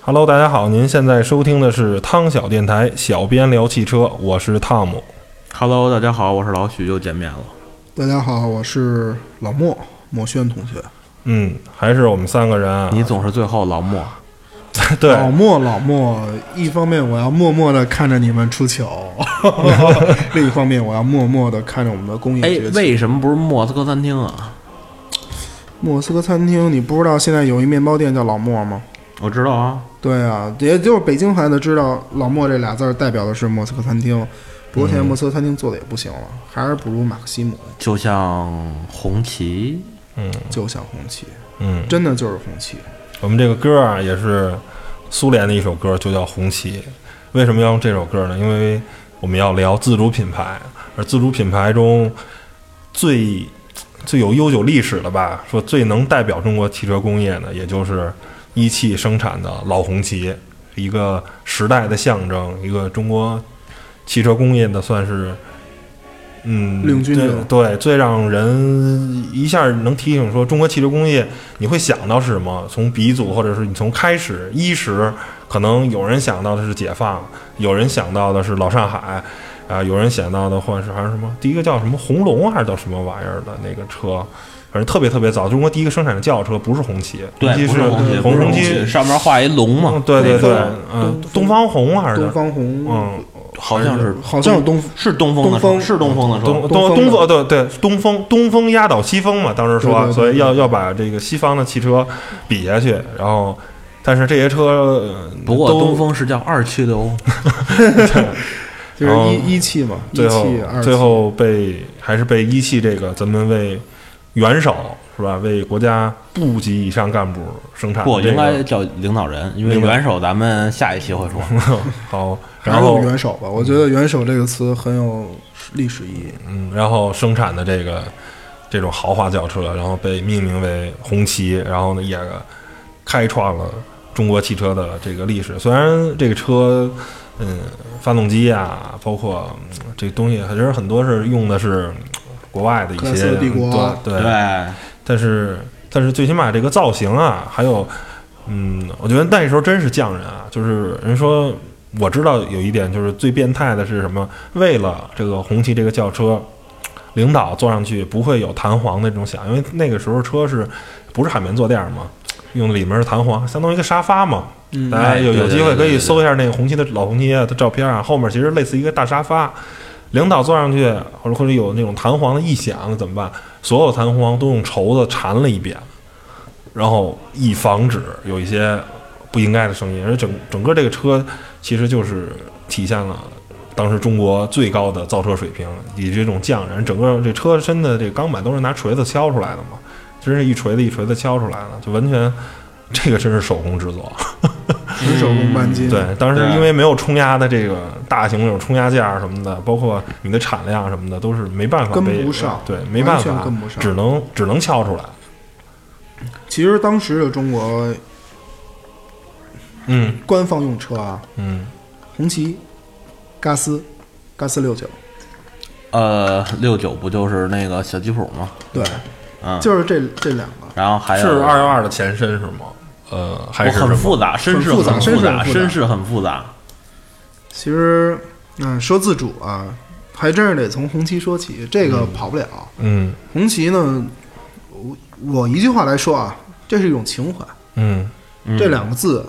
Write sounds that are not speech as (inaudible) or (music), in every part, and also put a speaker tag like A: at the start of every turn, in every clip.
A: Hello，大家好，您现在收听的是汤小电台，小编聊汽车，我是汤姆。
B: Hello，大家好，我是老许，又见面了。
C: 大家好，我是老莫莫轩同学。
A: 嗯，还是我们三个人啊， (laughs)
B: 你总是最后老莫，
A: 对
C: 老莫，老莫，一方面我要默默的看着你们出
A: (laughs)
C: 糗，另一方面我要默默的看着我们的工业
B: 哎
C: 崛，起。
B: 为什么不是莫斯科餐厅啊？
C: 莫斯科餐厅，你不知道现在有一面包店叫老莫吗？
B: 我知道啊，
C: 对啊，也就是北京孩子知道“老莫”这俩字儿代表的是莫斯科餐厅。不过现在
A: 嗯
C: 莫斯科餐厅做的也不行了，还是不如马克西姆，
B: 就像红旗，
C: 就像红旗，
A: 嗯，
C: 真的就是红旗。
A: 我们这个歌啊也是苏联的一首歌，就叫《红旗》。为什么要用这首歌呢？因为我们要聊自主品牌，而自主品牌中最最有悠久历史的吧，说最能代表中国汽车工业呢，也就是一汽生产的老红旗，一个时代的象征，一个中国汽车工业的算是。嗯，
C: 领军
A: 最
C: 者
A: 对最让人一下能提醒说中国汽车工业你会想到是什么？从鼻祖，或者是你从开始伊始，可能有人想到的是解放，有人想到的是老上海，啊、有人想到的或者是还是什么？第一个叫什么红龙啊还是叫什么玩意儿的那个车，反正特别特别早，中国第一个生产的轿车不是红旗，红旗
B: 不是红旗，
A: 是
B: 不是
A: 红
B: 旗，上面画一龙
A: 嗯，
B: 嘛，
A: 对对对，嗯
C: 东，
A: 东方红啊还是
C: 东方红，
A: 嗯，
B: 好像是
C: 好像有东
B: 是东风的
C: 东
B: 车，
C: 风
B: 是东风的车，
A: 东东
C: 东风的
A: 风对对东风东风压倒西风嘛，当时说，
C: 对对对
A: 所以要要把这个西方的汽车比下去，然后。但是这些车，呃
B: 不过
A: 都
B: 东风是叫二七六，
C: 就
A: 然后
C: 是一一汽嘛，一
A: 哦最后
C: 汽二汽
A: 最后被还是被一汽这个咱们为元首是吧？为国家部级以上干部生产
B: 不
A: 的这
B: 应
A: 个、
B: 该叫领导人，因为
A: 领导
B: 元首咱们下一期会说。
A: 好，
C: 还
A: 然
C: 是
A: 后
C: 用元首吧，我觉得“元首”这个词很有历史意义。
A: 嗯，然后生产的这个这种豪华轿车，然后被命名为红旗，然后呢也开创了中国汽车的这个历史。虽然这个车，嗯，发动机啊，包括嗯这东西，其实很多是用的是嗯国外的一
C: 克莱斯
A: 些
C: 勒帝国啊
A: 对对
B: 对，
A: 但是但是最起码这个造型啊，还有嗯，我觉得那时候真是匠人啊，就是人说我知道有一点就是最变态的是什么？为了这个红旗这个轿车，领导坐上去不会有弹簧的这种响，因为那个时候车是不是海绵坐垫嘛？用的里面是弹簧，相当于一个沙发嘛。
C: 嗯
A: 大家有有
B: 对对
A: 机会可
B: 对对
A: 以
B: 对
A: 搜一下那个红旗的老红旗啊的照片啊，后面其实类似一个大沙发，领导坐上去或者或者有那种弹簧的异响怎么办？所有弹簧都用绸子缠了一遍，然后以防止有一些不应该的声音。而整整个这个车其实就是体现了当时中国最高的造车水平，以及这种匠人。整个这车身的这钢板都是拿锤子敲出来的嘛，真是一锤子一锤子敲出来的，就完全这个真是手工制作。
C: 人手工扳机，
A: 嗯对，当时
C: 啊
B: 对
A: 因为没有冲压的这个大型有冲压架什么的，包括你的产量什么的，都是没办法
C: 跟
A: 被
C: 不上
A: 对，没办
C: 完
A: 法
C: 全跟不上
A: 只能只能敲出来。
C: 其实当时的中国
A: 嗯
C: 官方用车啊，
A: 嗯，
C: 红旗、嘎斯、嘎斯六九，
B: 呃，六九不就是那个小吉普吗？
C: 对，
B: 嗯，
C: 就是这这两个。
B: 然后还有
A: 是二幺二的前身是吗？呃，还
B: 我
A: 是什
B: 很
A: 么
B: 复杂，绅士
C: 很复杂
B: 很
C: 绅士
B: 杂，
C: 很复杂
B: 绅士很复杂。
C: 其实，嗯，说自主啊，还真是得从红旗说起，这个跑不了。
A: 嗯
C: 红旗呢，我我一句话来说啊，这是一种情怀。
A: 嗯
B: 嗯
C: 这两个字，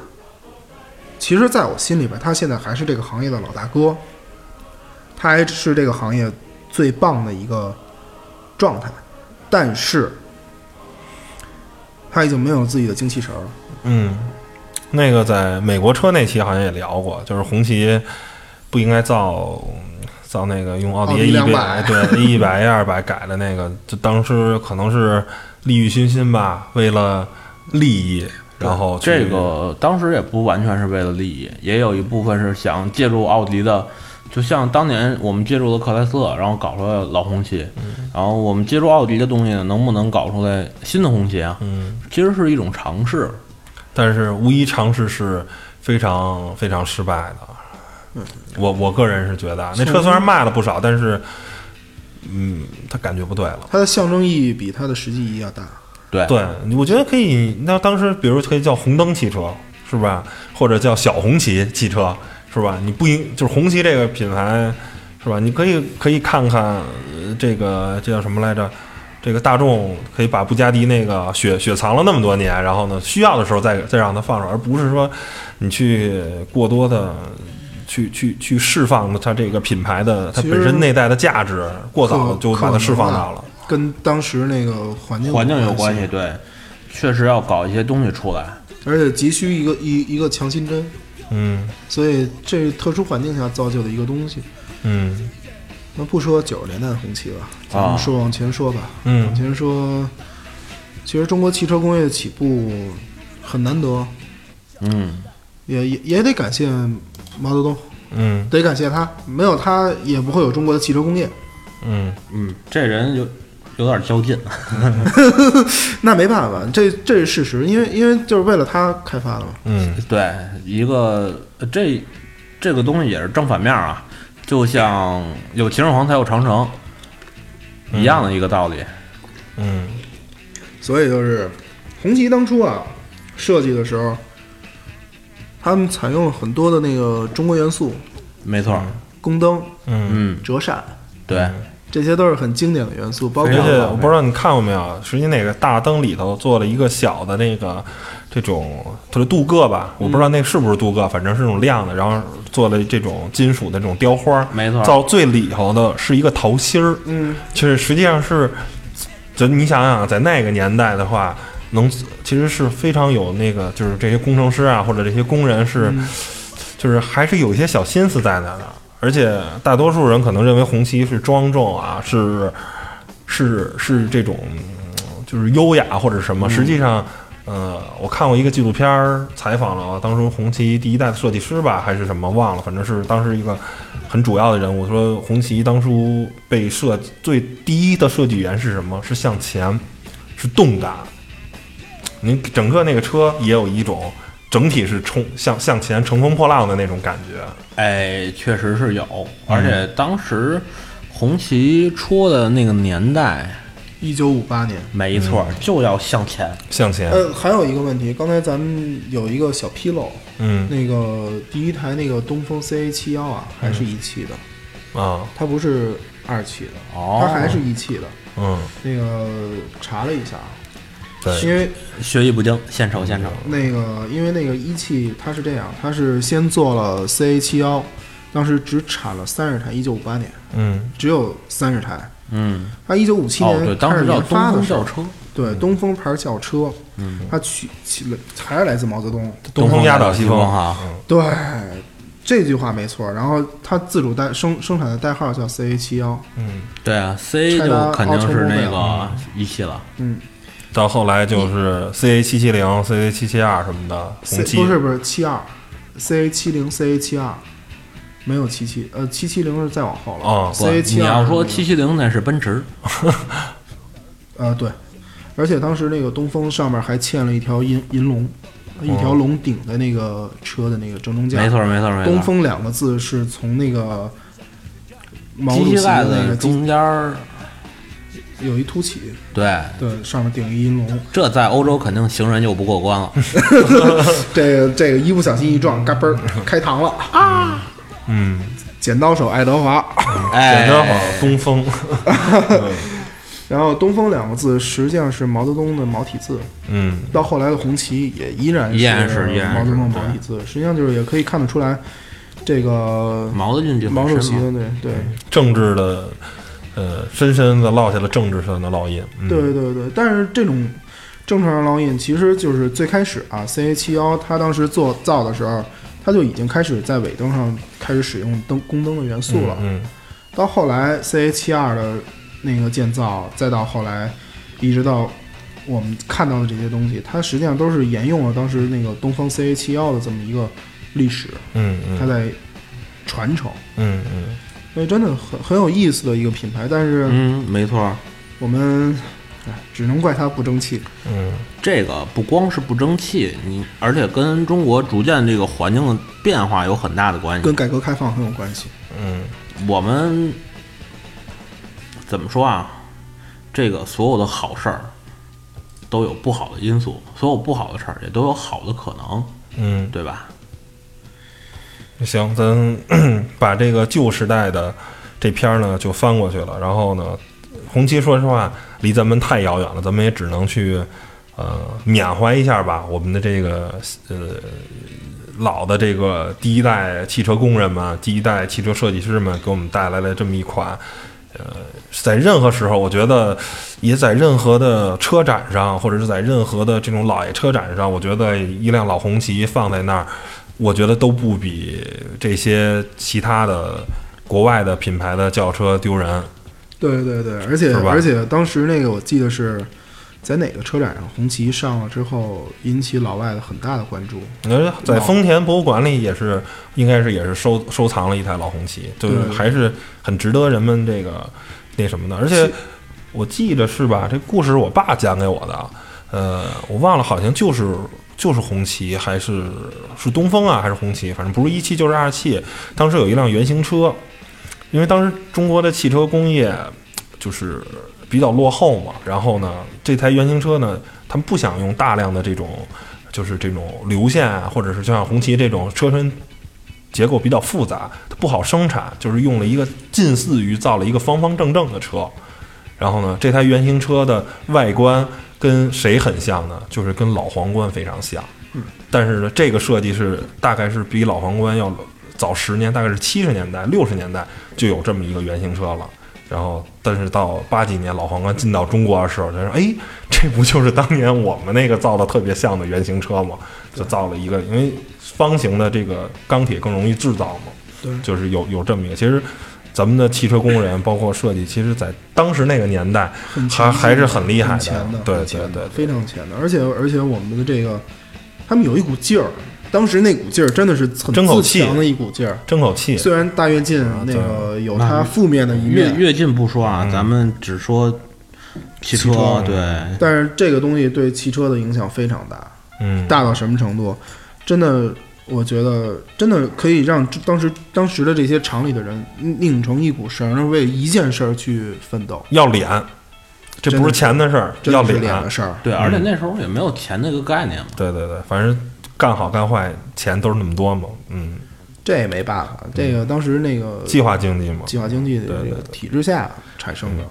C: 其实在我心里边，他现在还是这个行业的老大哥，他还是这个行业最棒的一个状态，但是他已经没有自己的精气神儿了。
A: 嗯，那个在美国车那期好像也聊过，就是红旗不应该造。造那个用奥迪
C: 奥
A: A
C: 迪
A: 一百
C: 200
A: 对 A 一百 A (laughs) 二百改的那个，就当时可能是利欲熏心吧，为了利益，然后去
B: 这个当时也不完全是为了利益，也有一部分是想借助奥迪的，就像当年我们借助了克莱斯勒，然后搞出来老红旗，
A: 嗯
B: 然后我们借助奥迪的东西呢，能不能搞出来新的红旗啊？
A: 嗯，
B: 其实是一种尝试，
A: 但是无一尝试是非常非常失败的。我我个人嗯是觉得啊，那车虽然卖了不少，但是，嗯，他感觉不对了。
C: 它的象征意义比它的实际意义要大。
B: 对，
A: 对，我觉得可以。那当时比如可以叫红灯汽车，是吧？或者叫小红旗汽车，是吧？你不应就是红旗这个品牌，是吧？你可以可以看看呃这个这叫什么来着？这个大众可以把布加迪那个雪雪藏了那么多年，然后呢，需要的时候再再让它放出来，而不是说你去过多的去去去释放它这个品牌的它
C: 其
A: 本
C: 实
A: 身内在的价值，过早
C: 可
A: 就把它释放掉了。，
C: 可能啊跟当时那个环境
B: 环境有
C: 关
B: 关系，，对，确实要搞一些东西出来。
C: 而且急需一个一一个强心针，
A: 嗯
C: 所以这是特殊环境下造就的一个东西。
A: 嗯
C: 那不说九十年代的红旗吧，咱
B: 啊
C: 们说往前说吧，
A: 嗯
C: 往前说，其实中国汽车工业的起步很难得，
B: 嗯，
C: 也也也得感谢毛泽东，
A: 嗯
C: 得感谢他，没有他也不会有中国的汽车工业。
A: 嗯
B: 嗯，这人有有点较劲。
C: 那没办法，这这是事实，因为因为就是为了他开发的嘛。
A: 嗯
B: 对，一个呃这这个东西也是正反面啊，就像有秦始皇才有长城一样的一个道理。
A: 嗯
C: 所以就是红旗当初啊设计的时候，他们采用了很多的那个中国元素，
B: 没错，
C: 宫灯、
A: 嗯，
B: 嗯，
C: 折扇，
B: 对，
C: 这些都是很经典的元素，包
A: 而
C: 括
A: 且
B: 嗯
A: 我不知道你看过没有，实际那个大灯里头做了一个小的那个这种，它是镀铬吧，我不知道那是不是镀铬，反正是那种亮的，然后做了这种金属的这种雕花，
B: 没错
A: 到最里头的是一个桃心儿，
C: 嗯，
A: 就是实际上是，就你想想，在那个年代的话，能其实是非常有那个，就是这些工程师啊，或者这些工人是，就是还是有一些小心思在那的。而且大多数人可能认为红旗是庄重啊，是是是这种嗯就是优雅或者什么，实际上。呃，我看过一个纪录片儿，采访了当初红旗第一代的设计师吧，还是什么忘了，反正是当时一个很主要的人物。说红旗当初被设计最第一的设计语言是什么？是向前，是动感。您整个那个车也有一种整体是冲向向前乘风破浪的那种感觉。
B: 哎，确实是有，而且当时红旗出的那个年代，
C: 一九五八年。
B: 没错，就要向前。
A: 向前，
C: 呃，还有一个问题，刚才咱们有一个小纰漏，
A: 嗯
C: 那个第一台那个东风 CA 七幺啊，
B: 嗯
C: 还是一汽的，
A: 啊，
C: 它不是二汽的，
B: 哦
C: 它还是一汽的。
A: 嗯，
C: 那个查了一下啊，
A: 对，
C: 因为
B: 学艺不精，献丑献丑。
C: 那个因为那个一汽它是这样，它是先做了 CA 七幺，当时只产了三十台，一九五八年
A: 嗯
C: 只有三十台。
B: 嗯，
C: 它一九五七
B: 哦，
C: 年
B: 对，
C: 开
B: 当
C: 始
B: 时叫
C: 研
B: 东
C: 发的
B: 风
C: 时候，
B: 轿车，
C: 对
B: 嗯
C: 东风牌轿车，它取起了还是来自毛泽东，
A: 东风压倒西
B: 风
A: 风
B: 哈。
C: 对，这句话没错。然后它自主代生生产的代号叫 CA 七幺，
A: 嗯，
B: 对啊，C
C: 拆
B: 就
C: 单
B: 肯
C: 奥
B: 定
C: 车
B: 是
C: 不
B: 那
C: 会
B: 个一汽了。
C: 嗯
A: 到后来就是 C A 七七零、C A 七七二什么的，
C: ，C
A: 红旗
C: 不是不是七二，CA 七零，CA 七二，没有七七，呃，七七零是再往后了
A: 哦
B: 不，
C: ，CA
B: 你
C: 七二
B: 要说七七零那是奔驰，
C: 呃，对，而且当时那个东风上面还嵌了一条银银龙，一条龙顶在那个车的那个正中间。
B: 哦没错，没错没错。
C: 东风两个字是从那个毛主
B: 机
C: 席
B: 器盖
C: 的那
B: 子
C: 个机
B: 中间
C: (laughs)
B: 儿，
C: 有一凸起，
B: 对，
C: 对，上面顶一
B: (laughs)
C: 银龙。
B: 这在欧洲肯定行人就不过
C: (laughs)
B: 关了。
C: 这个这个一不小心一撞，嘎
B: (laughs)
C: 嘣儿开膛了啊！
A: 嗯，
C: 剪刀手爱德华。
B: 哎
A: 简，单好，东风，
C: 哎然后东风两个字实际上是毛泽东的毛体字，
A: (laughs) 嗯
C: 到后来的红旗也依然
B: 依然是依然是
C: 毛泽东的毛体字，实际上就是也可以看得出来，这个
B: 毛的进去
C: 毛主
B: 很
C: 席
B: 深嘛
C: 的对对。
A: 政治的，呃，深深的烙下了政治上的烙印。嗯、
C: 对对对，但是这种正常的烙印，其实就是最开始啊，CA 七幺它当时做造的时候，它就已经开始在尾灯上开始使用灯宫灯的元素了。
A: 嗯
C: 到后来 CA 七二的那个建造，再到后来一直到我们看到的这些东西，它实际上都是沿用了当时那个东方 CA 七幺的这么一个历史，
A: 嗯嗯
C: 它在传承。
A: 嗯嗯
C: 所以真的很很有意思的一个品牌，但是
B: 嗯，没错儿。
C: 我们哎只能怪它不争气。
A: 嗯
B: 这个不光是不争气，你而且跟中国逐渐这个环境的变化有很大的关系
C: 跟。改革开放很有关系。
A: 嗯
B: 我们怎么说啊？这个所有的好事儿都有不好的因素，所有不好的事儿也都有好的可能。
A: 嗯，
B: 对吧？
A: 行，咱 (clears throat) 把这个旧时代的这片儿呢就翻过去了。然后呢，红旗说实话离咱们太遥远了，咱们也只能去呃缅怀一下吧，我们的这个呃老的这个第一代汽车工人们、啊第一代汽车设计师们给我们带来了这么一款。呃，在任何时候，我觉得也在任何的车展上，或者是在任何的这种老爷车展上，我觉得一辆老红旗放在那儿，我觉得都不比这些其他的国外的品牌的轿车丢人。
C: 对对对，而且
A: 是吧
C: 而且当时那个我记得是在哪个车展上，红旗上了之后，引起老外的很大的关注。
A: 呃，在丰田博物馆里也是，应该是也是收收藏了一台老红旗，就是
C: 对
A: 还是很值得人们这个那什么的。而且我记着是吧？这故事是我爸讲给我的，呃，我忘了，好像就是就是红旗还是是东风啊，还是红旗，反正不是一汽就是二汽。当时有一辆原型车，因为当时中国的汽车工业就是比较落后嘛，然后呢，这台原型车呢，他们不想用大量的这种就是这种流线啊，或者是就像红旗这种车身结构比较复杂，它不好生产，就是用了一个近似于造了一个方方正正的车。然后呢，这台原型车的外观跟谁很像呢？就是跟老皇冠非常像。但是呢，这个设计是大概是比老皇冠要早十年，大概是七十年代、六十年代就有这么一个原型车了。然后，但是到八几年老皇冠进到中国的时候，他说：“哎，这不就是当年我们那个造的特别像的原型车吗？”就造了一个，因为方形的这个钢铁更容易制造嘛。
C: 对
A: 就是有有这么一个。其实咱们的汽车工人，包括设计，其实在当时那个年代
C: 很
A: 还还是很厉害
C: 很
A: 的
C: 前的，
A: 对
C: 很前的
A: 对对对
C: 非常前的。而且而且我们的这个，他们有一股劲儿，当时那股劲儿真的是很
A: 争口
C: 自
A: 气
C: 强的一股劲儿。
A: 争口气。啊
C: 虽然大跃进那个有它负面的一
B: 越
C: 面，
B: 越进不说啊，
A: 嗯
B: 咱们只说汽车，嗯
C: 汽车
B: 对，
C: 但是这个东西对汽车的影响非常大，
A: 嗯，
C: 大到什么程度？真的，我觉得真的可以让当时当时的这些厂里的人拧成一股绳儿，为一件事儿去奋斗，
A: 要脸，这不是钱的事儿，
C: 真
A: 要
C: 的是
A: 脸。啊
C: 脸的事儿。
B: 对，而且那时候也没有钱这个概念嘛。
A: 对对对，反正干好干坏，钱都是那么多嘛。嗯，
C: 这也没办法，这个当时那个
A: 计划经济嘛。
C: 呃计划经济的
A: 对
C: 这
A: 对
C: 个体制下产生的。
A: 嗯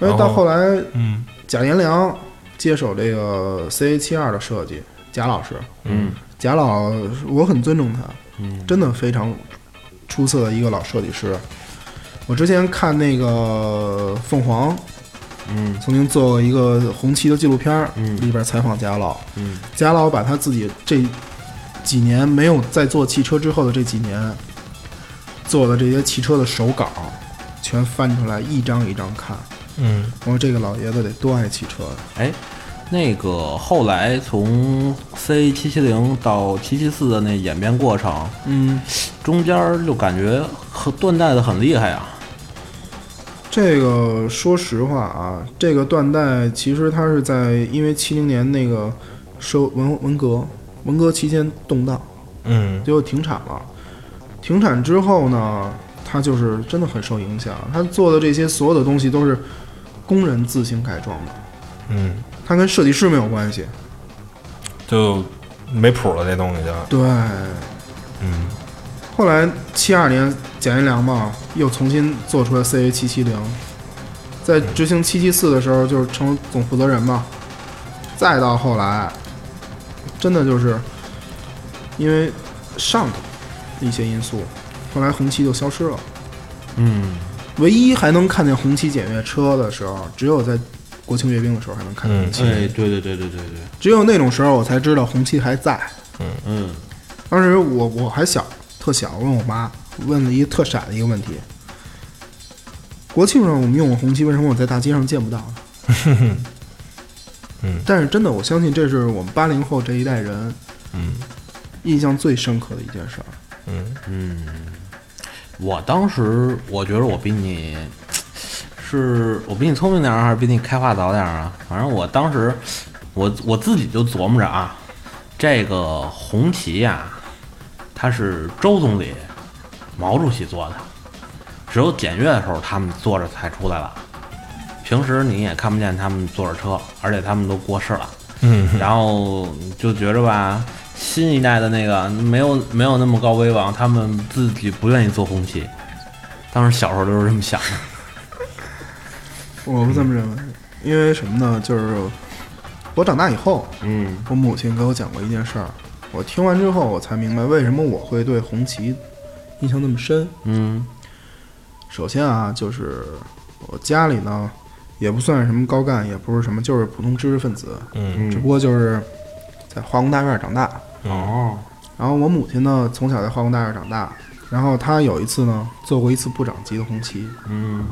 C: 而且
A: 然
C: 到
A: 后
C: 后来，
A: 嗯
C: 贾延良接手这个 CA 七二的设计，贾老师，
B: 嗯，
C: 贾老我很尊重他，嗯，真的非常出色的一个老设计师。我之前看那个凤凰，
B: 嗯，
C: 曾经做过一个红旗的纪录片儿，里边采访贾老，
B: 嗯，
C: 贾老把他自己这几年没有在做汽车之后的这几年做的这些汽车的手稿，全翻出来一张一张看。
A: 嗯
C: 我说这个老爷子得多爱汽车啊呀！
B: 哎，那个后来从 C 七七零到七七四的那演变过程，
C: 嗯，
B: 中间儿就感觉很断代的很厉害呀、啊
C: 这个说实话啊，这个断代其实它是在因为七零年那个收文文革，文革期间动荡，
A: 嗯
C: 结果停产了。停产之后呢，它就是真的很受影响。它做的这些所有的东西都是工人自行改装的，
A: 嗯，
C: 它跟设计师没有关系。
A: 就没谱了，这东西就。
C: 对，
A: 嗯
C: 后来七二年贾延良嘛，又重新做出了 CA 七七零，在执行七七四的时候，就是成为总负责人嘛。再到后来，真的就是因为上头的一些因素，后来红旗就消失了。
B: 嗯，
C: 唯一还能看见红旗检阅车的时候，只有在国庆阅兵的时候还能看见红旗，
B: 哎，对对对对对对，
C: 只有那种时候我才知道红旗还在。
B: 嗯
C: 当时我我还小，特小，问我妈问了一个特傻的一个问题：国庆上我们用过红旗，为什么我在大街上见不到呢？
A: 嗯，
C: 但是真的，我相信这是我们八零后这一代人
A: 嗯
C: 印象最深刻的一件事儿。
A: 嗯
B: 嗯，我当时我觉得我比你是我比你聪明点儿，还是比你开化早点儿啊？反正我当时我我自己就琢磨着啊，这个红旗呀、它是周总理、毛主席做的，只有检阅的时候他们坐着才出来了，平时你也看不见他们坐着车，而且他们都过世了。
A: 嗯
B: 然后就觉着吧，新一代的那个没有没有那么高威望，他们自己不愿意做红旗。当时小时候都是这么想的。
C: 我不这么认为，因为什么呢？就是我长大以后，
B: 嗯
C: 我母亲给我讲过一件事儿，我听完之后我才明白为什么我会对红旗印象那么深。
B: 嗯
C: 首先啊，就是我家里呢也不算是什么高干，也不是什么，就是普通知识分子，
A: 嗯
C: 只不过就是在华工大院长大。
B: 哦
C: 然后我母亲呢从小在华工大院长大，然后她有一次呢做过一次部长级的红旗，
B: 嗯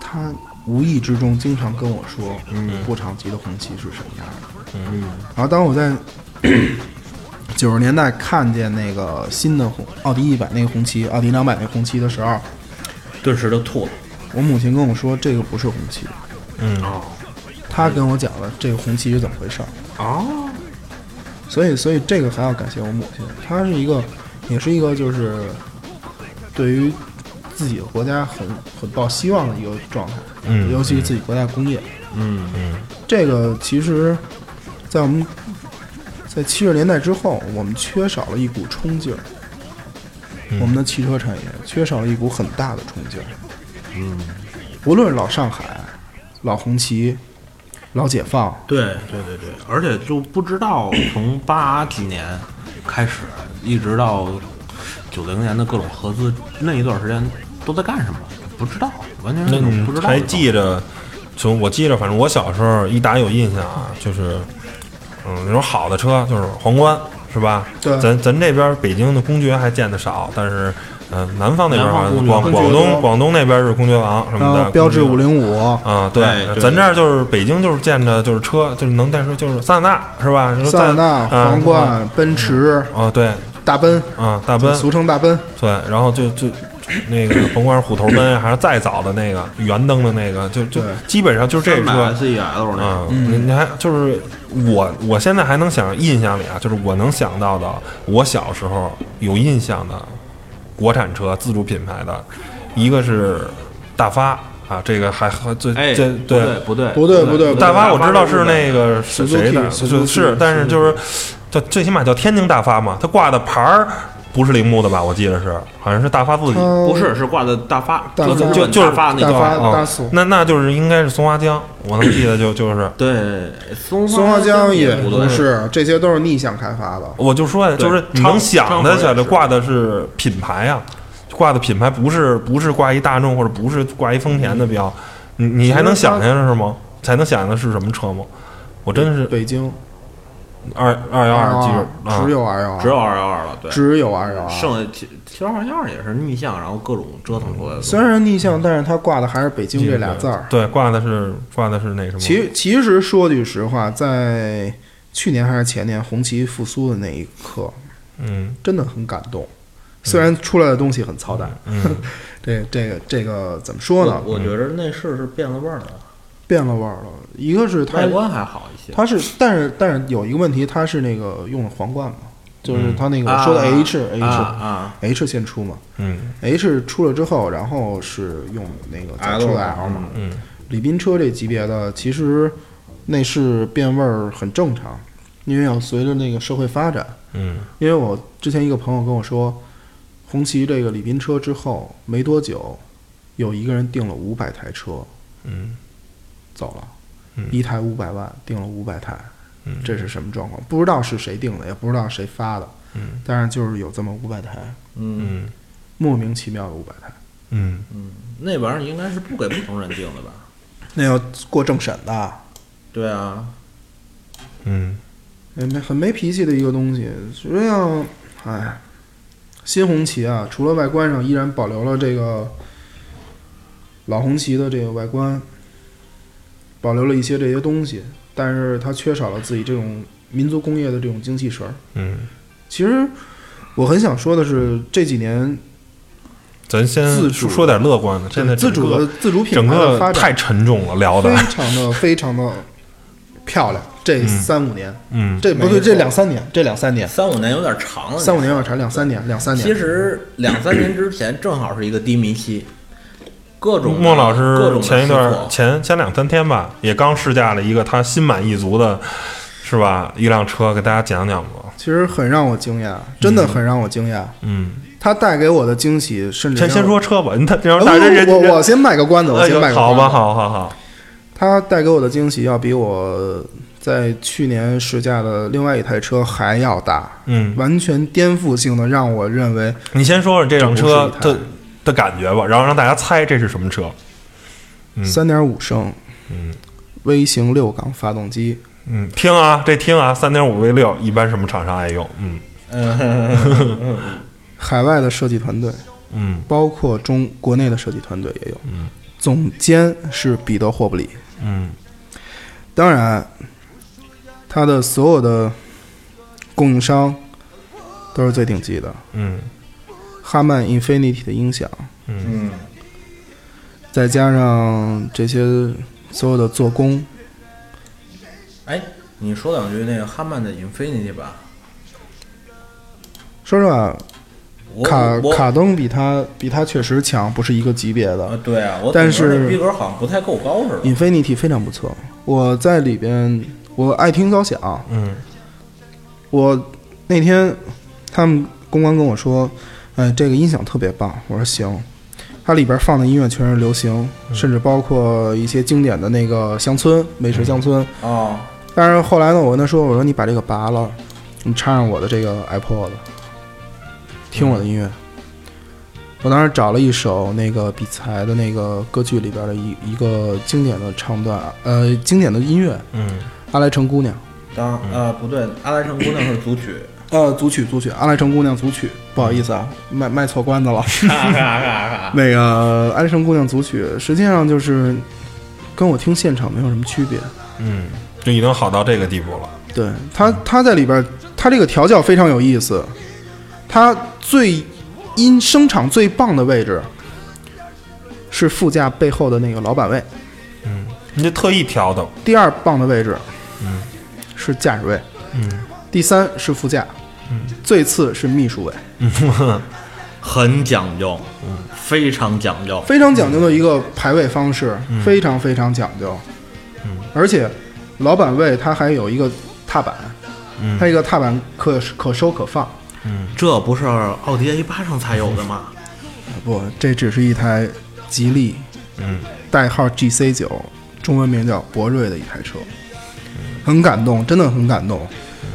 C: 她无意之中经常跟我说，部长级的红旗是什么样的。
B: 嗯
C: 然后当我在九十年代看见那个新的红奥迪一百那个红旗、奥迪两百那个红旗的时候，
B: 顿时就吐了。
C: 我母亲跟我说这个不是红旗，
A: 嗯，
C: 她跟我讲了这个红旗是怎么回事儿。
B: 哦，
C: 所以，所以这个还要感谢我母亲，她是一个，也是一个就是对于自己的国家很很抱希望的一个状态，
A: 嗯
C: 尤其是自己国家工业，
B: 嗯嗯
C: 这个其实，在我们，在七十年代之后，我们缺少了一股冲劲儿，我们的汽车产业缺少了一股很大的冲劲儿。嗯，无论是老上海、老红旗、老解放，
B: 对对对对，而且就不知道从八几年开始，一直到九零年的各种合资那一段时间都在干什么，不知道，完全
A: 那
B: 是
A: 你
B: 不知
A: 嗯
B: 道。
A: 还记着？从我记着，反正我小时候一打有印象啊，就是，嗯，那种好的车就是皇冠，是吧？
C: 对
A: 咱咱这边北京的公爵还见的少，但是，嗯、南方那边
B: 南
A: 好
B: 方
A: 像
B: 公爵
A: 广
C: 公爵
A: 广
C: 多
A: 东广东那边是公爵王什
C: 然
A: 么
C: 后
B: 啊
A: 的，
C: 标致
A: 公爵
C: 五零五，
A: 啊，对
B: 对，对
A: 咱这儿就是北京，就是见着就是车，就是能带出就是桑塔纳是吧？就是
C: 塞
A: 在
C: 纳、
A: 啊
C: 皇冠、奔驰、
A: 啊，对
C: 大奔，
A: 啊，大奔
C: 俗称大奔，
A: 对，然后就就就那个甭管是虎头奔还是再早的那个圆灯的那个，就就
C: 对
A: 基本上就是这车
B: C E L 那
A: 啊，你你还就是我我现在还能想印象里啊，就是我能想到的，我小时候有印象的国产车自主品牌的，一个是大发啊，这个还还最
B: 哎，
A: 这
B: 不对不对
C: 不对不对不对
A: 大发我知道
B: 日
A: 是
B: 本
A: 那个是
C: Suzuki，
A: 谁的，就
C: Suzuki，
A: 是，但是就是叫最起码叫天津大发嘛，它挂的牌儿不是铃木的吧？我记得是，好像是大发自己。
C: 它
B: 不是是挂的大发，
C: 大
B: 就
C: 发
B: 就
A: 就是
B: 大发那
C: 嗯大
B: 段
C: 发
B: 儿。
A: 啊
C: 大宋
A: 那那就是应该是松花江，我能记得就就是，
B: 对，松
C: 松花江也不
B: 对，
C: 是，这些都是逆向开发的。
A: 我就说呀，
B: 对
A: 就是你能
B: 昌
A: 想得起
B: 昌
A: 来
B: 河也是
A: 挂的是品牌啊，挂的品牌不是不是挂一大众或者不是挂一丰田的标，你你还能想起来是吗？才能想起来是什么车吗？我真是
C: 北京
A: 二二幺
C: 哦
A: 二记住啊
C: 只，有 R 幺，
B: 只有二幺二了，对，
C: 只有 R 幺。
B: 剩下其其实二幺二也是逆向，然后各种折腾出来的。
C: 虽然逆向，但是它挂的还是北京这俩字儿。
A: 对，挂的是挂的是那什么？
C: 其其实说句实话，在去年还是前年红旗复苏的那一刻，
A: 嗯
C: 真的很感动。虽然出来的东西很操蛋，
A: 嗯，
C: 这这个这个怎么说
B: 我
C: 呢？
B: 我觉得内饰是变了味儿了，
C: 变了味儿了。一个是它
B: 外观还好一些。
C: 它是，但是但是有一个问题，它是那个用了皇冠嘛，就是它那个我说的
B: 啊
C: H
B: 啊
C: H
B: 啊，
C: H 先出嘛
A: 嗯
C: ，H 出了之后，然后是用那个再出
B: L
C: 的 L 嘛。
A: 嗯
C: 礼宾车这级别的，其实内饰变味儿很正常，因为要随着那个社会发展。
A: 嗯
C: 因为我之前一个朋友跟我说，红旗这个礼宾车之后没多久，有一个人订了五百台车
A: 嗯
C: 走了，
A: 嗯
C: 一台五百万订了五百台。
A: 嗯，
C: 这是什么状况？不知道是谁定的，也不知道谁发的，
A: 嗯
C: 但是就是有这么五百台，
B: 嗯，
A: 嗯
C: 莫名其妙的五百台，
A: 嗯
B: 那玩意儿应该是不给普通人定的吧？
C: 那要过政审的，
B: 对啊，
A: 嗯
C: 哎没很没脾气的一个东西。实际上，哎，新红旗啊，除了外观上依然保留了这个老红旗的这个外观，保留了一些这些东西，但是它缺少了自己这种民族工业的这种精气神儿。
A: 嗯，
C: 其实我很想说的是，这几年
A: 咱先
C: 自主
A: 说点乐观的，现在
C: 自
A: 整
C: 主
A: 个
C: 的自主品
A: 整
C: 牌的
A: 个
C: 发展
A: 太沉重了，聊的
C: 非，常的非常的漂亮。这三五年，
A: 嗯
C: 这不
B: 没
C: 对，
B: 错
C: 这两三年，这两三年，
B: 三五年有点长了。
C: 三五年要长，两三年，两三
B: 其
A: 嗯
C: 年。
B: 实两三年之前正好是一个低迷期，各种
A: 莫老
B: 各种
A: 师前
B: 的
A: 一
B: 试
A: 段
B: 错
A: 前前两三天吧，也刚试驾了一个他心满意足的，是吧？一辆车，给大家讲讲吧。
C: 其实很让我惊讶，真的很让我惊讶。
A: 嗯，
C: 它带给我的惊喜，甚至
A: 先
C: 让
A: 先
C: 我
A: 说车吧，你看，然
C: 哎
A: 后大家人
C: 我
A: 人
C: 我我先卖个关子，我
A: 哎
C: 先
A: 呦
C: 卖个关
A: 好
C: 子。
A: 吧，好好好，
C: 它带给我的惊喜要比我在去年试驾的另外一台车还要大，
A: 嗯，
C: 完全颠覆性的让我认为
A: 你先说说这辆车
C: 这不
A: 的的感觉吧，然后让大家猜这是什么车。嗯
C: 三点五升，
A: 嗯
C: 微型六缸发动机，
A: 嗯，听啊，这听啊，三点五 V 六一般什么厂商爱用？嗯
C: 海外的设计团队，
A: 嗯
C: 包括中国内的设计团队也有，
A: 嗯
C: 总监是彼得霍布里。
A: 嗯
C: 当然，它的所有的供应商都是最顶级的，
A: 嗯
C: 哈曼 Infinity 的音响，
D: 嗯，
C: 再加上这些所有的做工，
D: 哎，你说两句那个哈曼的 Infinity 吧，
C: 说实话，
D: 我
C: 卡
D: 我
C: 卡登比它比它确实强，不是一个级别
D: 啊
C: 的。
D: 对啊，我
C: 但
D: 总觉得
C: 是
D: 那逼格好像不太够高似的。
C: Infinity 非常不错，我在里边我爱听早响，
A: 嗯
C: 我那天他们公关跟我说，呃，这个音响特别棒。我说行，它里边放的音乐全是流行，甚至包括一些经典的那个乡村美食乡村。
D: 哦，
C: 但是后来呢，我跟他说，我说你把这个拔了，你插上我的这个 iPod，听我的音乐。我当时找了一首那个比才的那个歌剧里边的一一个经典的唱段，呃，经典的音乐《
A: 嗯
C: 阿莱城姑娘》。
D: 当呃不对，阿莱城姑娘是组曲，
C: 呃，组曲组曲，阿莱城姑娘组曲，不好意思啊，卖卖错关子了。
D: 咔咔咔咔，
C: (laughs) 那个阿莱城姑娘组曲，实际上就是跟我听现场没有什么区别。
A: 嗯，就已经好到这个地步了。
C: 对他，他在里边儿，他这个调教非常有意思。他最音声场最棒的位置是副驾背后的那个老板位，
A: 嗯，你这特意调的。
C: 第二棒的位置
A: 嗯
C: 是驾驶位，
A: 嗯
C: 第三是副驾，最次是秘书位。
D: 很讲究，非常讲究。
C: 嗯非常讲究的一个排位方式，非常非常讲究。
A: 嗯
C: 而且老板位它还有一个踏板，
A: 嗯
C: 它一个踏板可可收可放。
D: 这不是奥迪 A 八上才有的吗？
C: 不，这只是一台吉利
A: 嗯
C: 代号 GC 九，中文名叫博瑞的一台车，很感动，真的很感动。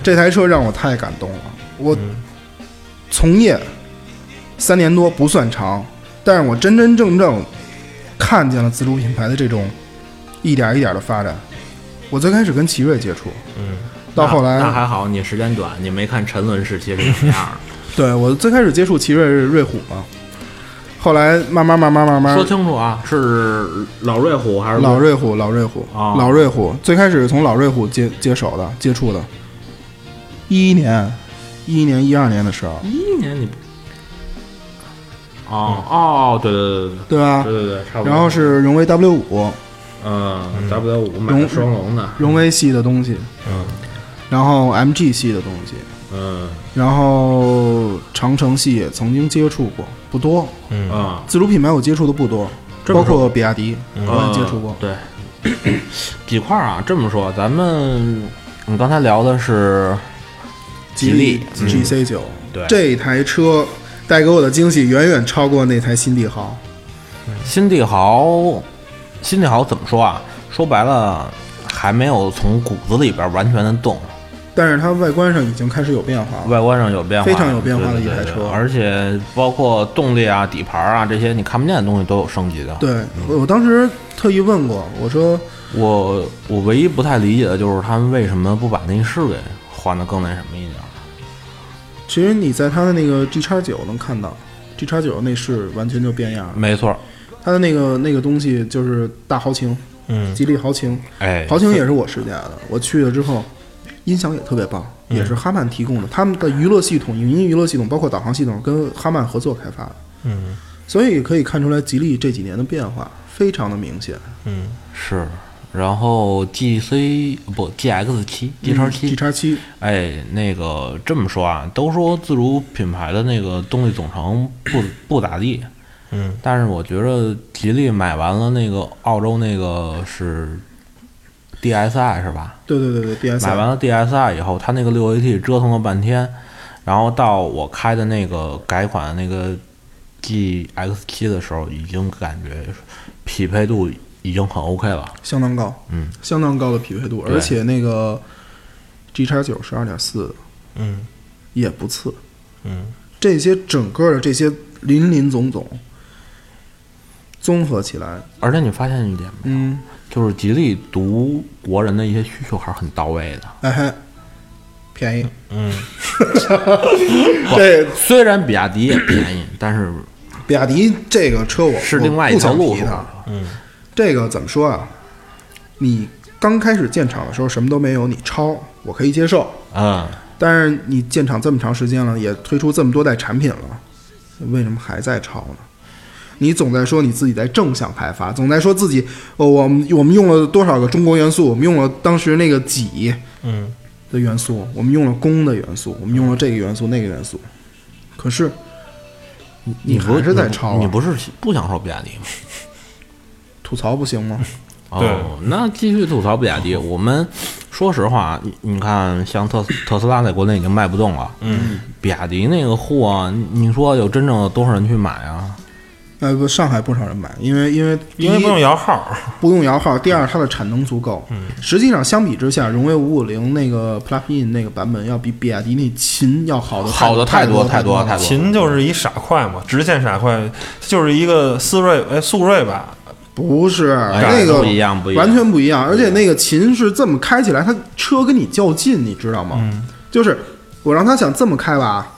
C: 这台车让我太感动了。我从业三年多不算长，但是我真真正正看见了自主品牌的这种一点一点的发展。我最开始跟奇瑞接触，
A: 嗯，
C: (laughs) 到后来
D: 那还好，你时间短，你没看沉沦时期是什么
C: (laughs)
D: 样的。
C: 对我最开始接触奇瑞是瑞虎嘛，后来慢慢慢慢慢慢
B: 说清楚啊，
D: 是老瑞虎还是
C: 老瑞虎，老瑞虎，
D: 啊
C: 老瑞虎，最开始是从老瑞虎接接手的，接触的。一一年，一一年、一二年的时候，
D: 一一年你不？哦哦，对对
C: 对吧？
D: 对对对对对，差不多。
C: 然后是荣威 W 五，
D: 嗯，W 五买的双龙的，
C: 荣威系的东西，
A: 嗯，
C: 然后 MG 系的东西，
D: 嗯
C: 然后长城系也曾经接触过，不多。
A: 嗯
D: 啊，
C: 自主品牌我接触的不多，
D: 这么
C: 包
D: 说嗯
C: 括比亚迪，我也接触过
B: 呃。对，几块儿啊？这么说，咱们你刚才聊的是吉利
C: GC 九，
D: 嗯
B: 对
C: 这台车带给我的惊喜远远超过那台新帝豪。
B: 新帝豪，新帝豪怎么说啊？说白了，还没有从骨子里边儿完全的动，
C: 但是它外观上已经开始有变化了。
B: 外观上有变化，
C: 非常有变化
B: 对
C: 的一
B: 对
C: 台
B: 对
C: 车
B: 而且包括动力啊、底盘啊这些你看不见的东西都有升级的。
C: 对，
B: 嗯
C: 我我当时特意问过，我说
B: 我我唯一不太理解的就是他们为什么不把内饰给换的更那什么一点儿？
C: 其实你在它的那个 G 叉九能看到，G 叉九内饰完全就变样了，
B: 没错儿，
C: 它的那个那个东西就是大豪情，
A: 嗯
C: 吉利豪情，
B: 哎，
C: 豪情也是我试驾的，我去了之后，音响也特别棒，也
B: 嗯
C: 是哈曼提供的，他们的娱乐系统、影音娱乐系统包括导航系统跟哈曼合作开发的，
A: 嗯
C: 所以可以看出来吉利这几年的变化非常的明显。
A: 嗯
B: 是，然后 G C 不 G X 七 G 叉七
C: 嗯 G 叉七，
B: 哎，那个这么说啊，都说自主品牌的那个动力总成不不咋地，
A: 嗯，
B: 但是我觉着吉利买完了那个澳洲那个是 DSI 是吧？
C: 对对对对
B: 买
C: ，DSI
B: 完了 DSI 以后，他那个六 AT 折腾了半天，然后到我开的那个改款的那个 GX 七的时候，已经感觉匹配度已经很 OK 了。
C: 相当高，
B: 嗯，
C: 相当高的匹配度，
B: 对
C: 而且那个 G 叉九是二点四的，
A: 嗯
C: 也不次。
A: 嗯
C: 这些整个的这些林林总总综合起来，
B: 而且你发现一点吗，
C: 嗯，
B: 就是吉利读国人的一些需求还是很到位的。
C: 哎嘿，便宜，
A: 嗯，
B: 嗯
C: (laughs) 这
B: 虽然比亚迪也便宜，但是
C: 比亚迪这个车我
B: 是
C: 我
B: 另外一
C: 不
B: 条
C: 想
B: 路
C: 提
B: 数。
C: 它，这个怎么说啊？你刚开始建厂的时候什么都没有，你抄我可以接受，
B: 嗯，
C: 但是你建厂这么长时间了，也推出这么多代产品了，为什么还在抄呢？你总在说你自己在正向开发，总在说自己，哦，我们我们用了多少个中国元素，我们用了当时那个几
A: 嗯
C: 的元素，我们用了公的元素，我们用了这个元素那个元素，可是你
B: 不
C: 还是在抄啊
B: 你不是不想说比亚迪吗？
C: 吐槽不行吗？ (laughs)
B: 哦，那继续吐槽比亚迪。我们说实话，你你看，像特斯特斯拉在国内已经卖不动了，
A: 嗯，
B: 比亚迪那个货，你你说有真正的多少人去买啊？
C: 呃，不，上海不少人买，因为因为第一
A: 因为不用摇号，
C: 不用摇号，第二它的产能足够。
B: 嗯
C: 实际上相比之下，荣威五五零那个 Plug-in 那个版本要比比亚迪那秦要好的
B: 好的
C: 太
B: 太多
C: 太
B: 太多
C: 了
B: 太多
A: 秦就是一傻快嘛，直线傻快，就是一个思锐哎速锐吧，
C: 不是
B: 哎
C: 那个
B: 不一样不一样
C: 完全不一样。而且那个秦是这么开起来，它车跟你较劲，你知道吗？
B: 嗯
C: 就是我让他想这么开吧，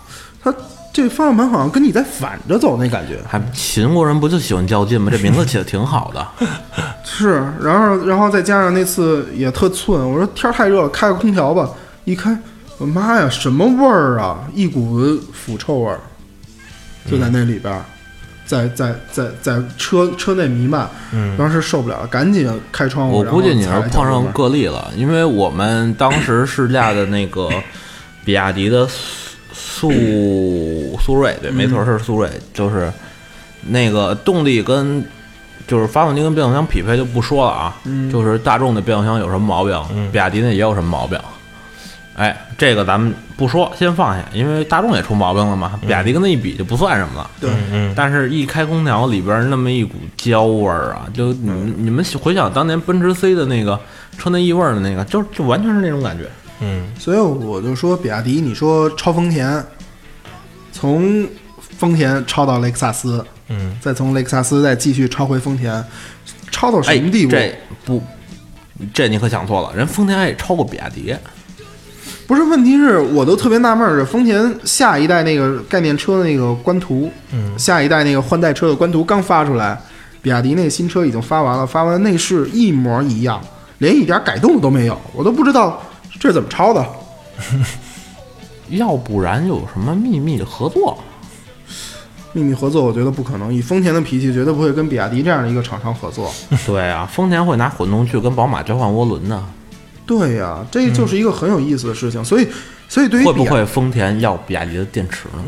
C: 他这方向盘好像跟你在反着走那感觉。
B: 还秦国人不就喜欢较劲吗？这名字起的挺好的。
C: 是，然后然后再加上那次也特寸，我说天儿太热了，开个空调吧。一开，我妈呀，什么味儿啊！一股腐臭味儿，就
B: 嗯
C: 在那里边儿，在在在在车车内弥漫。
A: 嗯
C: 当时受不了了，赶紧开窗户。
B: 我估计你是
C: 然后踩
B: 碰
C: 脚
B: 上
C: 面
B: 个例了，因为我们当时试驾的那个比亚迪的速速锐，对，没
C: 嗯
B: 错是速锐，就是那个动力跟就是发动机跟变速箱匹配就不说了啊，
C: 嗯
B: 就是大众的变速箱有什么毛病，比亚迪那也有什么毛病。哎，这个咱们不说，先放下，因为大众也出毛病了嘛，比
C: 嗯
B: 亚迪跟它一比就不算什么了。
C: 对，
A: 嗯
B: 但是，一开空调里边儿那么一股焦味儿啊，就你们、
C: 嗯
B: 你们回想当年奔驰 C 的那个车内异味儿的那个，就就完全是那种感觉。
A: 嗯
C: 所以我就说比亚迪，你说超丰田，从丰田超到雷克萨斯，
A: 嗯
C: 再从雷克萨斯再继续超回丰田，超到
B: 哎
C: 什么地，步？
B: 这不，这你可想错了，人丰田也超过比亚迪。
C: 不是，问题是我都特别纳闷儿，丰田下一代那个概念车的那个官图，
A: 嗯
C: 下一代那个换代车的官图刚发出来，比亚迪那个新车已经发完了，发完内饰一模一样，连一点改动都没有，我都不知道这是怎么抄的。
B: 要不然有什么秘密合作？ (laughs)
C: 秘密合作我觉得不可能，以丰田的脾气绝对不会跟比亚迪这样的一个厂商合作。
B: 对啊，丰田会拿混动去跟宝马交换涡轮呢。
C: 对呀、这就是一个很有意思的事情，所以，所以对于
B: 会不
C: 比亚
B: 会丰田要比亚迪的电池
C: (laughs)
B: 呢？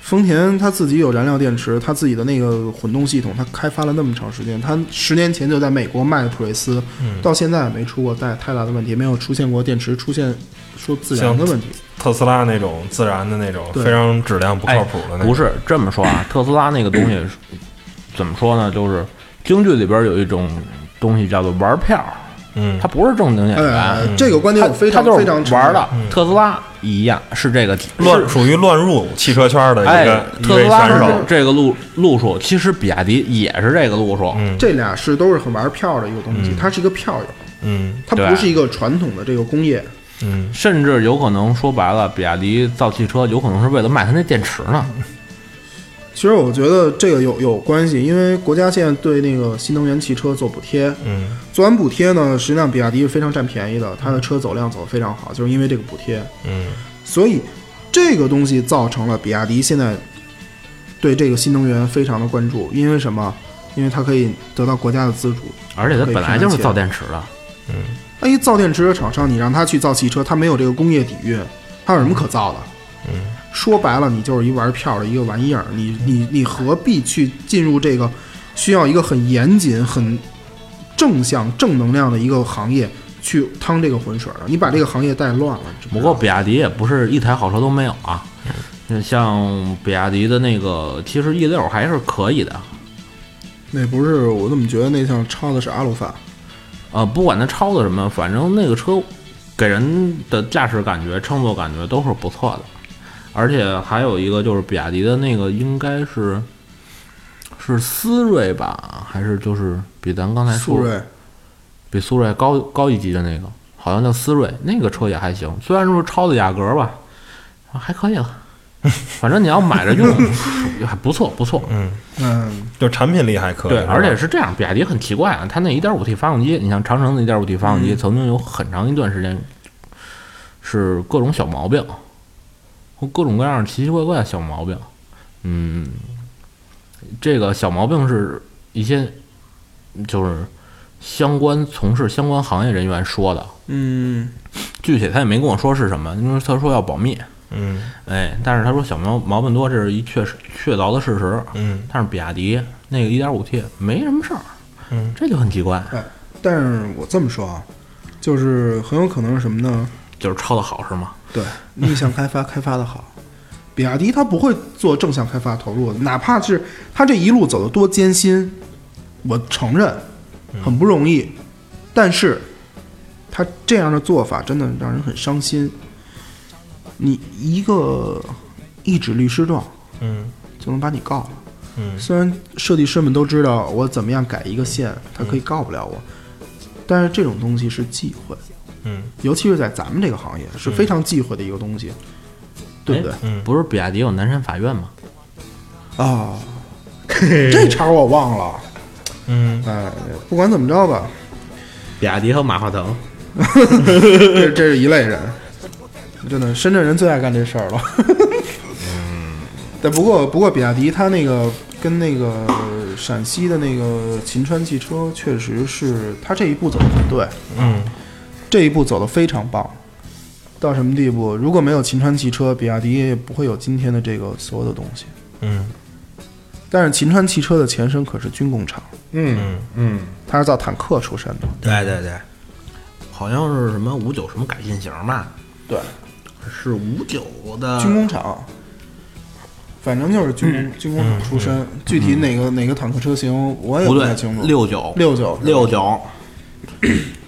C: 丰田它自己有燃料电池，它自己的那个混动系统，它开发了那么长时间，它十年前就在美国卖的普锐斯，到现在也没出过太太大的问题，没有出现过电池出现说自燃的问题。
A: 特斯拉那种自燃的那种
C: 对
A: 非常质量不靠谱的那种，
B: 哎不是这么说啊，特斯拉那个东西是怎么说呢？就是京剧里边有一种东西叫做玩票，
A: 嗯
B: 它不是正经演
C: 哎、
B: 员，
C: 这个观点我
B: 它
C: 非
B: 它
C: 常
B: 就是
C: 非常承
B: 玩
C: 认
B: 的。。特斯拉一样是这个
A: 嗯乱
B: 是
A: 属于乱入汽车圈的一
B: 哎
A: 个，一
B: 特斯
A: 位
B: 拉
A: 选
B: 是
A: 手，
B: 这个路路数，其实比亚迪也是这个路数。
A: 嗯
C: 这俩是都是很玩票的一个东西，它是一个票友，
A: 嗯
C: 它不
B: 对
C: 是一个传统的这个工业。
A: 嗯
B: 甚至有可能说白了，比亚迪造汽车有可能是为了卖它那电池呢。
C: 其实我觉得这个有有关系，因为国家现在对那个新能源汽车做补贴，
A: 嗯
C: 做完补贴呢，实际上比亚迪是非常占便宜的，它的车走量走得非常好，就是因为这个补贴，
A: 嗯
C: 所以这个东西造成了比亚迪现在对这个新能源非常的关注，因为什么？因为它可以得到国家的资助。
B: 而且它本来就是造电池的，
C: 那一造电池的厂商，你让他去造汽车，他没有这个工业底蕴，他有什么可造的？
A: 嗯
C: 说白了，你就是一玩票的一个玩意儿，你你你何必去进入这个需要一个很严谨、很正向正能量的一个行业去趟这个浑水儿了，你把这个行业带乱了。你知不
B: 不
C: 知道
B: 过比亚迪也不是一台好车都没有啊，
A: 嗯
B: 那像比亚迪的那个，其实 E 六还是可以的。
C: 那不是我怎么觉得那像抄的是阿鲁法？
B: 呃，不管它超的什么，反正那个车给人的驾驶感觉、乘坐感觉都是不错的。而且还有一个就是比亚迪的那个应该是是思锐吧，还是就是比咱刚才
C: 速
B: 说
C: 锐
B: 比速锐高高一级的那个，好像叫思锐，那个车也还行，虽然说超的雅阁吧，啊还可以了。反正你要买着用， (laughs) 还不错不错。
A: 嗯，
C: 嗯，
A: 就产品力还可以，
B: 对，
A: 是吧
B: 而且是这样，比亚迪很奇怪啊，它那一点五 T 发动机，你像长城的一点五 T 发
A: 嗯
B: 动机，曾经有很长一段时间是各种小毛病，或各种各样奇奇怪怪的小毛病。嗯，这个小毛病是一些就是相关从事相关行业人员说的，
C: 嗯，
B: 具体他也没跟我说是什么，因为他说要保密。
A: 嗯
B: 哎，但是他说小毛毛病多，这是一确实确凿的事实。
A: 嗯
B: 但是比亚迪那个 1.5T 没什么事儿，
A: 嗯，
B: 这就很奇怪，
C: 哎，但是我这么说啊，就是很有可能是什么呢？
B: 就是抄的好是吗？
C: 对，逆向开发开发的好。比亚迪它不会做正向开发投入的，哪怕是它这一路走得多艰辛，我承认很不容易，但是它这样的做法真的让人很伤心。你一个一纸律师状
A: 嗯
C: 就能把你告了，
A: 嗯
C: 虽然设计师们都知道我怎么样改一个线，他可以告不了我，但是这种东西是忌讳。
A: 嗯
C: 尤其是在咱们这个行业是非常忌讳的一个东西，对不对？
A: 嗯，
B: 不是比亚迪有南山法院吗？
A: 哎
C: 啊，这茬儿我忘了。
A: 嗯
C: 哎，不管怎么着吧，
B: 比亚迪和马化腾，
C: 这这是一类人，真的，深圳人最爱干这事儿了。 (laughs) 但不过不过，比亚迪它那个跟那个陕西的那个秦川汽车，确实是它这一步走的很对，
A: 嗯
C: 这一步走的非常棒。到什么地步？如果没有秦川汽车，比亚迪也不会有今天的这个所有的东西。
A: 嗯
C: 但是秦川汽车的前身可是军工厂，
D: 嗯
A: 嗯
D: 嗯，
C: 它是造坦克出身的。
D: 对对对，
B: 好像是什么五九什么改进型吧？
C: 对，
D: 是五九
B: 嗯
D: 的
C: 军工厂，反正就是军工、军工厂出身。具体哪个、哪个坦克车型，我也
B: 嗯不
C: 太
B: 对
C: 清，楚。
B: 六九
C: 六九是吧
B: 六九，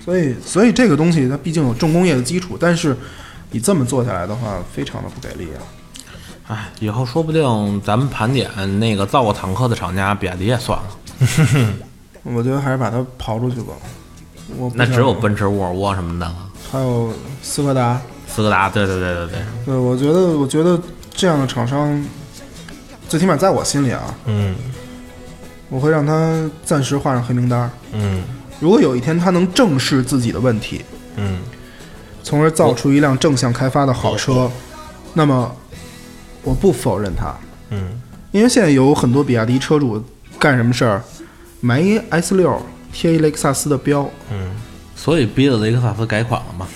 C: 所以所以这个东西它毕竟有重工业的基础，但是你这么做下来的话，非常的不给力啊。
B: 哎，以后说不定咱们盘点那个造过坦克的厂家，比亚迪也算了，
C: 我觉得还是把它刨出去吧。我不
B: 那只有
C: 想
B: 奔驰、沃尔沃什么的了，
C: 还有斯柯达，
B: 斯柯达，对对对对对，
C: 对我觉得我觉得这样的厂商，最起码在我心里啊，
A: 嗯
C: 我会让他暂时画上黑名单儿。
A: 嗯
C: 如果有一天他能正视自己的问题，
A: 嗯
C: 从而造出一辆正向开发的好车，那么我不否认它，
A: 嗯
C: 因为现在有很多比亚迪车主干什么事儿，买一 S 六贴一雷克萨斯的标，
A: 嗯
B: 所以逼着雷克萨斯改款了嘛。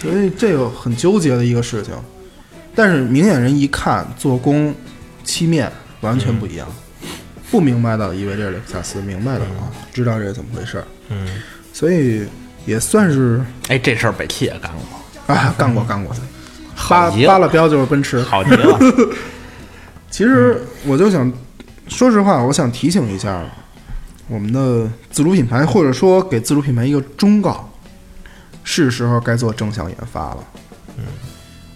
C: 所以这个很纠结的一个事情。但是明眼人一看，做工、漆面完全不一样，不明白的以为这是雷克萨斯，明白的啊，知道这是怎么回事儿，
A: 嗯
C: 所以也算是
B: 哎，这事儿北汽也干过，
C: 啊干过干过，
B: 好
C: 扒
B: 极
C: 扒
B: 了，
C: 了标就是奔驰，
B: 好极了。
C: 其实我就想，说实话，我想提醒一下我们的自主品牌，或者说给自主品牌一个忠告，是时候该做正向研发了。嗯，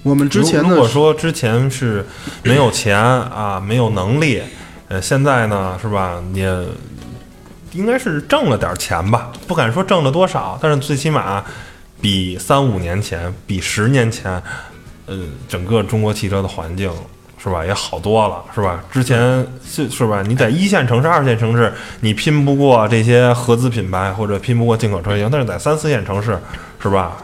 C: 我们之前
A: 如
C: 的
A: 如果说之前是没有钱啊，没有能力，呃，现在呢是吧，也应该是挣了点钱吧，不敢说挣了多少，但是最起码比三五年前，比十年前，呃，整个中国汽车的环境。是吧？也好多了，是吧？之前是是吧？你在一线城市、二线城市，你拼不过这些合资品牌或者拼不过进口车型，但是在三四线城市，是吧？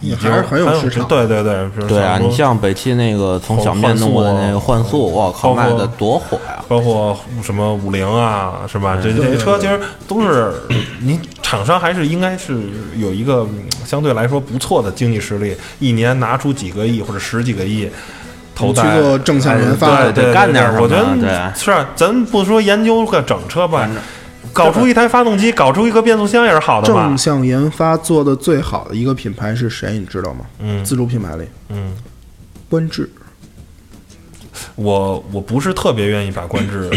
A: 已经
C: 还是很有市场
A: 对对对，比如
B: 对啊，
A: 说
B: 你像北汽那个从小面弄过的那个幻速，啊我
A: 包
B: 靠，
A: 括
B: 卖的多火呀！
A: 包括什么五菱啊，是吧？这这
C: 对
A: 些
C: 对
A: 车
C: 对
A: 其实都是你厂商还是应该是有一个嗯相对来说不错的经济实力，一年拿出几个亿或者十几个亿。投
C: 去
A: 在
C: 做正向研发
A: 哎对对对
B: 干点
A: 对
B: 什么
A: 我觉
B: 对
A: 得是啊，咱不说研究个整车吧，搞出一台发动机，搞出一个变速箱也是好的吧
C: 正？向研发做的最好的一个品牌是谁？你知道吗？
A: 嗯
C: 自主品牌里，
A: 嗯，
C: 观致。
A: 我我不是特别愿意把观致，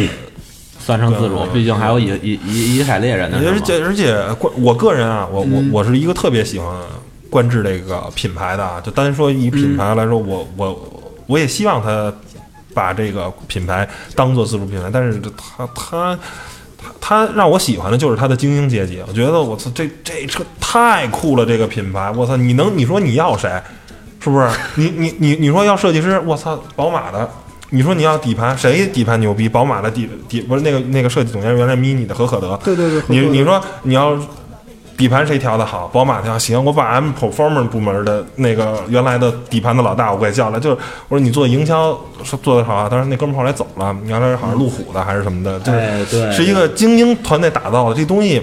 B: 算成自主，
A: 对
B: 毕竟还有以以以以海猎人呢。是
A: 而
B: 吗嗯
A: 且而且观我个人啊，我我我是一个特别喜欢观致这个品牌的啊，就单说以品牌来
B: 嗯
A: 说，我我我也希望它把这个品牌当做自主品牌，但是它它。它它让我喜欢的就是它的精英阶级，我觉得我操，这这车太酷了，这个品牌，我操，你能你说你要谁，是不是？ (laughs) 你你你你说要设计师，我操，宝马的，你说你要底盘，谁底盘牛逼？宝马的底底不是那个那个设计总监，原来 mini 的和可德，
C: 对对对，
A: 你
C: 合作的
A: 你说你要底盘谁调的好？宝马调行，我把 M Performance 部门的那个原来的底盘的老大我给叫来，就是我说你做营销是做的好啊，但是那哥们儿后来走了，原来好像路虎的还是什么的，就是、
B: 哎对
A: 是一个精英团队打造的，这东西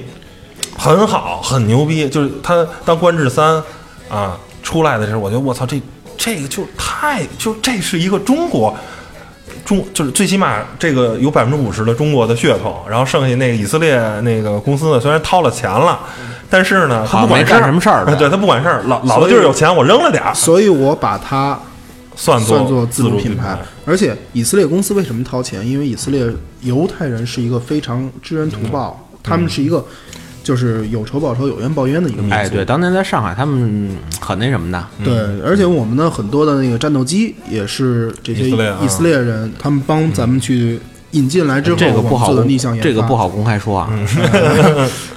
A: 很好，很牛逼。就是它当观致三啊出来的时候，我觉得我操，这这个就太就这是一个中国。中就是最起码这个有百分之五十的中国的血统，然后剩下那个以色列那个公司呢，虽然掏了钱了，但是呢，他
B: 好
A: 不管
B: 没干什么事儿呗
A: (laughs) 对他不管事儿，老老子
C: 所以
A: 就是有钱，我扔了点儿，
C: 所以我把它
A: 算作
C: 算作
A: 自
C: 主
A: 品
C: 牌。而且以色列公司为什么掏钱？因为以色列犹太人是一个非常知恩图报，他们是一个就是有仇报仇、有冤报冤的一个民族。
B: 哎，对，当年在上海，他们很那什么的，
C: 对，而且我们的很多的那个战斗机也是这些
A: 以色列啊
C: 以色列人，他们帮咱们去引进来之后，
B: 这个不
C: 我们
B: 好
C: 做的
B: 公
C: 逆向研发，
B: 这个不，好公开说啊。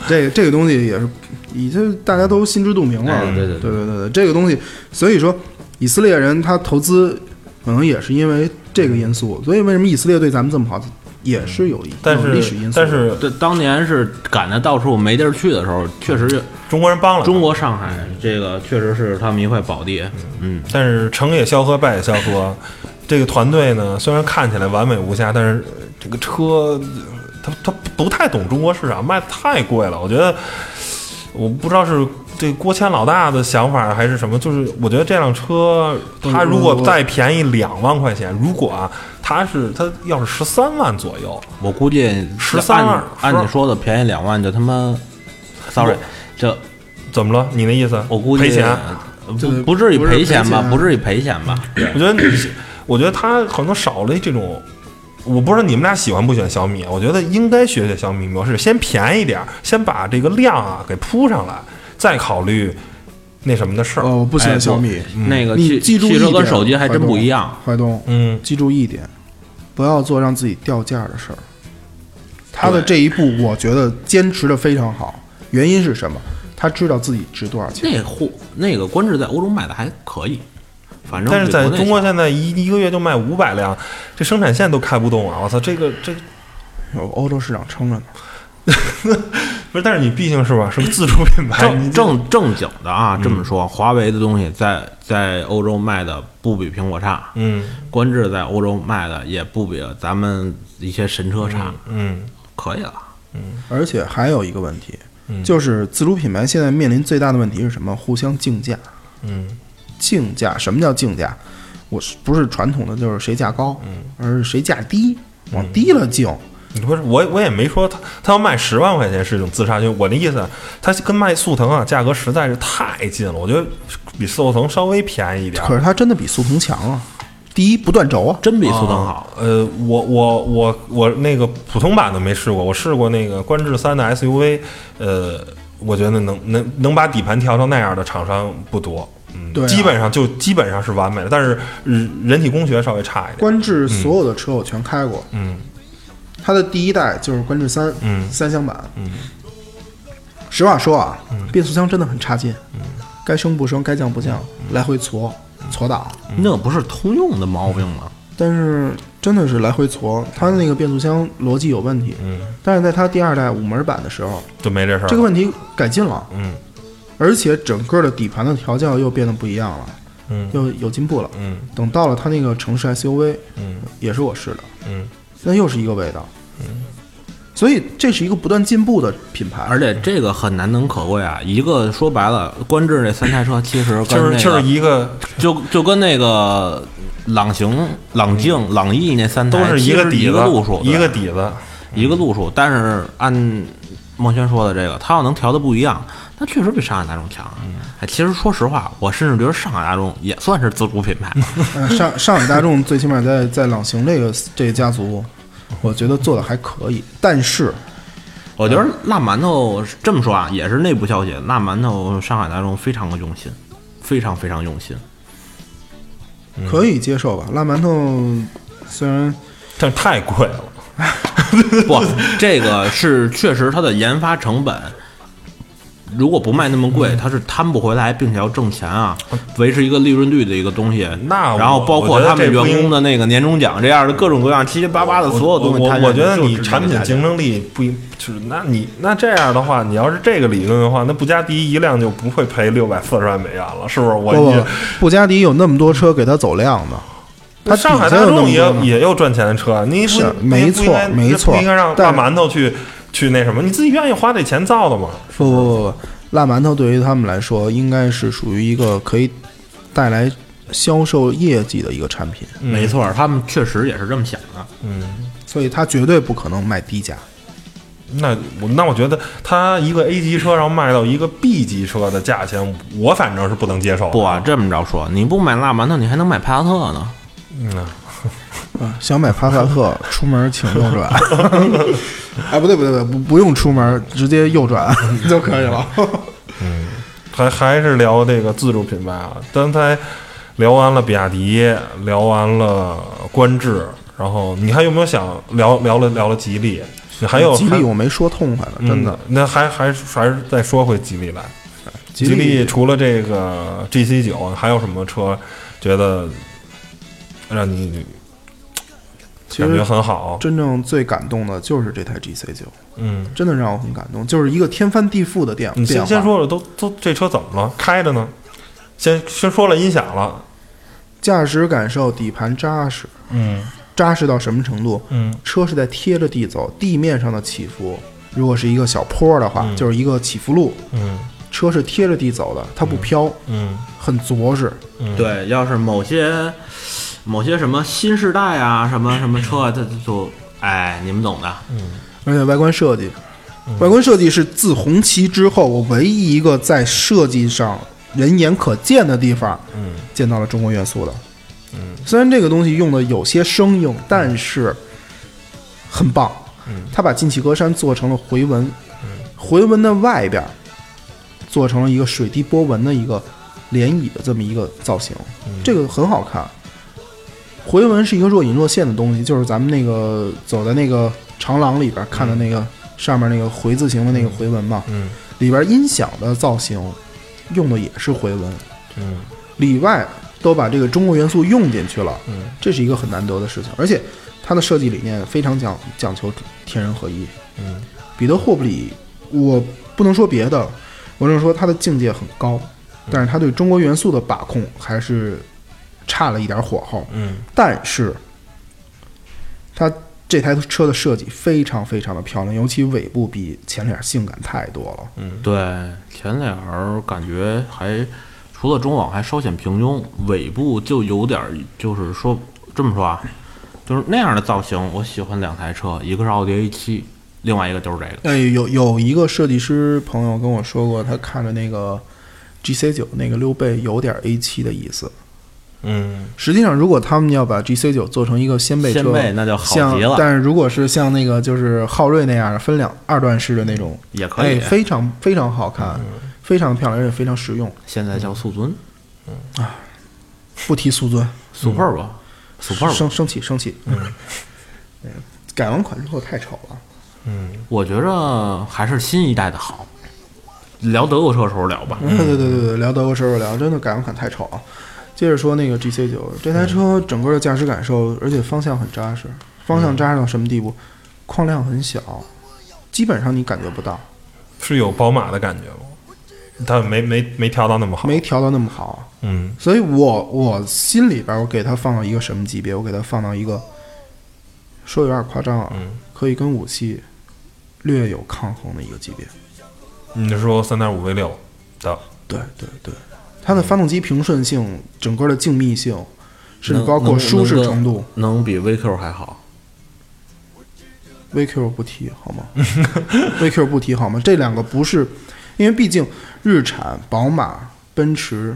C: 这个这个东西也是，已经大家都心知肚明了。
B: 哎对对
C: 对
B: 对
C: 对对对，这个东西，所以说以色列人他投资可能也是因为这个因素，所以为什么以色列对咱们这么好，也是有一
A: 但
C: 有历史因
A: 是
C: 素。
A: 但是
B: 这当年是赶着到处没地儿去的时候，确实
A: 中国人帮了他
B: 中国上海这个确实是他们一块宝地。嗯，
A: 但是成也萧何，败也萧何。这个团队呢，虽然看起来完美无瑕，但是呃这个车，它它不太懂中国市场，卖得太贵了。我觉得，我不知道是这郭谦老大的想法还是什么，就是我觉得这辆车，
C: 嗯
A: 它如果
C: 我
A: 再便宜两万块钱，如果啊，它是它要是十三万左右，
B: 我估计
A: 13
B: 按按你
A: 12
B: 说的便宜两万，就他妈，sorry，这
A: 怎么了？你那意思？
B: 我估计
A: 赔钱。
B: 不
C: 对
B: 不至于
C: 不是
B: 赔钱吧
C: 赔？钱
B: 不至于赔钱吧？
A: 我觉得你，我觉得他可能少了这种，我不知道你们俩喜欢不喜欢小米，我觉得应该学学小米模式，先便宜点儿，先把这个量啊给铺上来，再考虑那什么的事儿。
C: 哦，我不喜欢
B: 哎
C: 小米，
B: 那个
C: 你
B: 汽
C: 记住一
B: 汽车
C: 点，
B: 跟手机还真
C: 啊
B: 不一样。
C: 怀东。怀东，
A: 嗯，
C: 记住一点，不要做让自己掉价的事儿。他的
B: 对
C: 这一步，我觉得坚持的非常好。原因是什么？他知道自己值多少钱。
B: 那货那个观致在欧洲卖的还可以，反正
A: 但是
B: 比
A: 在
B: 内
A: 中国
B: 小
A: 现在一一个月就卖五百辆，这生产线都开不动啊！我操，这个这
C: 有欧洲市场撑着呢。
A: 不是，但是你毕竟是吧，是个自主品牌，你
B: 正正正经的啊，这么说，华为的东西在在欧洲卖的不比苹果差，
A: 嗯
B: 观致在欧洲卖的也不比咱们一些神车差，
A: 嗯，
B: 可以了。
C: 而且还有一个问题，
A: 嗯
C: 就是自主品牌现在面临最大的问题是什么？互相竞价。
A: 嗯，
C: 竞价，什么叫竞价？我是不是传统的就是谁价高，
A: 嗯
C: 而是谁价低，往低了竞。
A: 你不是我我也没说他他要卖十万块钱是一种自杀就我的意思，他跟卖速腾啊价格实在是太近了，我觉得比速腾稍微便宜一点儿。
C: 可是它真的比速腾强啊！第一，不断轴啊，
B: 真比速腾好，
A: 呃，我我我我那个普通版的没试过，我试过那个观致三的 SUV，呃，我觉得能能能把底盘调成那样的厂商不多，嗯，
C: 对啊
A: 基本上就基本上是完美的，但是人人体工学稍微差一点，
C: 观致所有的车我全开过，
A: 嗯
C: 它的第一代就是观致三，
A: 嗯
C: 三厢版，
A: 嗯。
C: 实话说啊，变速箱真的很差劲，
A: 嗯
C: 该升不升，该降不降，来回搓搓档，
B: 那不是通用的毛病吗？
C: 但是真的是来回搓，它那个变速箱逻辑有问题。
A: 嗯，
C: 但是在它第二代五门版的时候，
A: 就没这事儿了。
C: 这个问题改进了，
A: 嗯
C: 而且整个的底盘的调教又变得不一样了，
A: 嗯
C: 又有进步了。
A: 嗯
C: 等到了它那个城市 SUV，
A: 嗯
C: 也是我试的，
A: 嗯，
C: 那又是一个味道。所以这是一个不断进步的品牌，
B: 而且这个很难能可贵啊！一个说白了，观致这三台车其实
A: 就
B: 跟那个哎
A: 是就是一个
B: 就就跟那个朗行、朗境、朗逸那三台
A: 都是
B: 其
A: 一
B: 实
A: 个
B: 一
A: 底子
B: 个路数，对
A: 一个底子。
B: 一个路数，但是按孟轩说的这个，他要能调的不一样，那确实比上海大众强。
A: 嗯
B: 哎，其实说实话，我甚至觉得上海大众也算是自主品
A: (laughs)
B: 牌。
C: (laughs) 呃上上海大众最起码在在朗行这个这个家族，我觉得做的还可以，但是
B: 我觉得辣馒头这么说啊，也是内部消息，辣馒头上海大众非常的用心，非常非常用心。
A: 嗯
C: 可以接受吧。辣馒头虽然
A: 但是太贵了。
B: (laughs) 不，这个是确实它的研发成本，如果不卖那么贵，
A: 嗯
B: 它是摊不回来，并且要挣钱啊，维持一个利润率的一个东西。
A: 那我
B: 然后包括他们员工的那个年终奖这样的各种各样七七八八的所有东西，
A: 我
B: 它
A: 我我觉得
B: 就是
A: 你
B: 这个
A: 产品
B: 价钱
A: 竞争力不一，就是那你那这样的话，你要是这个理论的话，那布加迪一辆就不会赔六百四十万美元了，是不是？我
C: 不
A: 也
C: 不，布加迪有那么多车给他走量的，他
A: 上海
C: 底下
A: 大
C: 有那
A: 众
C: 么
A: 也
C: 多呢
A: 也有赚钱的车，啊你不
C: 是
A: 你不
C: 没
A: 应
C: 错
A: 该
C: 没
A: 你
C: 错
A: 不应该让大
C: 但是
A: 馒头去去那什么，你自己愿意花这钱造的嘛？
C: 不不不不，辣馒头对于他们来说，应该是属于一个可以带来销售业绩的一个产品，
A: 嗯
B: 没，错，他们确实也是这么想的。
A: 嗯，
C: 所以它绝对不可能卖低价。
A: 那我那我觉得他一个 A 级车，然后卖到一个 B 级车的价钱，我反正是不能接受的。
B: 不啊，这么着说，你不买辣馒头，你还能买帕萨特呢。
A: 嗯呐，嗯
C: 啊，想买帕萨
A: (laughs)
C: 特，出门请右转。哎，不对不对不对，不不用出门，直接右转 (laughs) 就可以了。
A: 还还是聊这个自主品牌啊，刚才聊完了比亚迪，聊完了观致，然后你还有没有想聊聊了聊了吉利？你
C: (laughs)
A: 还有
C: 吉
A: 还
C: 利我没说痛快了，真的
A: 嗯。那还还是还是再说回吉利来。
C: 吉
A: 吉利除了这个 GC 九，啊还有什么车觉得让你
C: 其
A: 感觉
C: 实
A: 很好？
C: 真正最感动的就是这台 GC 九，
A: 嗯，
C: 真的让我很感动，就是一个天翻地覆的变
A: 你
C: 变化。
A: 先先说说，都都这车怎么了？开着呢？先先说了音响了，
C: 驾驶感受，底盘扎实，
A: 嗯
C: 扎实到什么程度？
A: 嗯
C: 车是在贴着地走，地面上的起伏，如果是一个小坡的话，
A: 嗯
C: 就是一个起伏路，
A: 嗯
C: 车是贴着地走的，它不飘，
A: 嗯
C: 很着实。
A: 嗯，，
B: 对，要是某些某些什么新时代啊，什么什么车啊，它它就哎，你们懂的。
C: 而且外观设计，
A: 嗯
C: 外观设计是自红旗之后我唯一一个在设计上人眼可见的地方
A: 嗯
C: 见到了中国元素的。嗯，虽然这个东西用的有些生硬，但是很棒。
A: 嗯，
C: 他把进气格栅做成了回纹，回纹的外边儿做成了一个水滴波纹的一个涟漪的这么一个造型，
A: 嗯
C: 这个很好看。回纹是一个若隐若现的东西，就是咱们那个走在那个长廊里边儿看的那个上面那个回字形的那个回纹嘛，
A: 嗯
C: 里边音响的造型用的也是回纹，
A: 嗯
C: 里外都把这个中国元素用进去了，
A: 嗯
C: 这是一个很难得的事情。而且它的设计理念非常讲讲求天人合一。
A: 嗯
C: 彼得·霍布里，我不能说别的，我只能说他的境界很高，
A: 嗯
C: 但是他对中国元素的把控还是差了一点火候。
A: 嗯
C: 但是，它这台车的设计非常非常的漂亮，尤其尾部比前脸性感太多了。
B: 对，前脸儿感觉还除了中网还稍显平庸，尾部就有点儿就是说这么说啊，就是那样的造型。我喜欢两台车，一个是奥迪 A 七，另外一个就是这个。
C: 哎，有有一个设计师朋友跟我说过，他看着那个 GC 九那个溜背有点 A 七的意思。
A: 嗯
C: 实际上，如果他们要把 GC 九做成一个掀背车，
B: 掀背那就好
C: 像
B: 极了
C: 但是如果是像那个就是昊锐那样的分两二段式的那种，
B: 也可以
C: 哎、非常非常好看，非常漂亮，而且非常实用。
B: 现在叫速尊
C: 不提苏尊，
B: ，Super 吧，Super
C: 嗯
B: 吧。
C: 生生气生气。 (laughs) 嗯，改完款之后太丑了。
A: 嗯，
B: 我觉着还是新一代的好。聊德国车的时候聊吧。
C: (laughs) 对对对对对，聊德国车手聊，真的改完款太丑了。接着说那个 GC 九，这台车整个的驾驶感受，而且方向很扎实，方向扎实到什么地步？框量很小，基本上你感觉不到，
A: 是有宝马的感觉吗？但没没没调到那么好。
C: 没调到那么好。啊
A: 嗯
C: 所以我我心里边儿，我给它放到一个什么级别？我给它放到一个，说有点夸张啊，
A: 嗯，
C: 可以跟五系略有抗衡的一个级别。
A: 你是说三点五 V 六的？
C: 对对对，它的发动机平顺性、整个的静谧性，甚至包括舒适程度
B: 能比 VQ 还好。
C: VQ 不提好吗？VQ 不提好吗？这两个不是，因为毕竟日产、宝马、奔驰、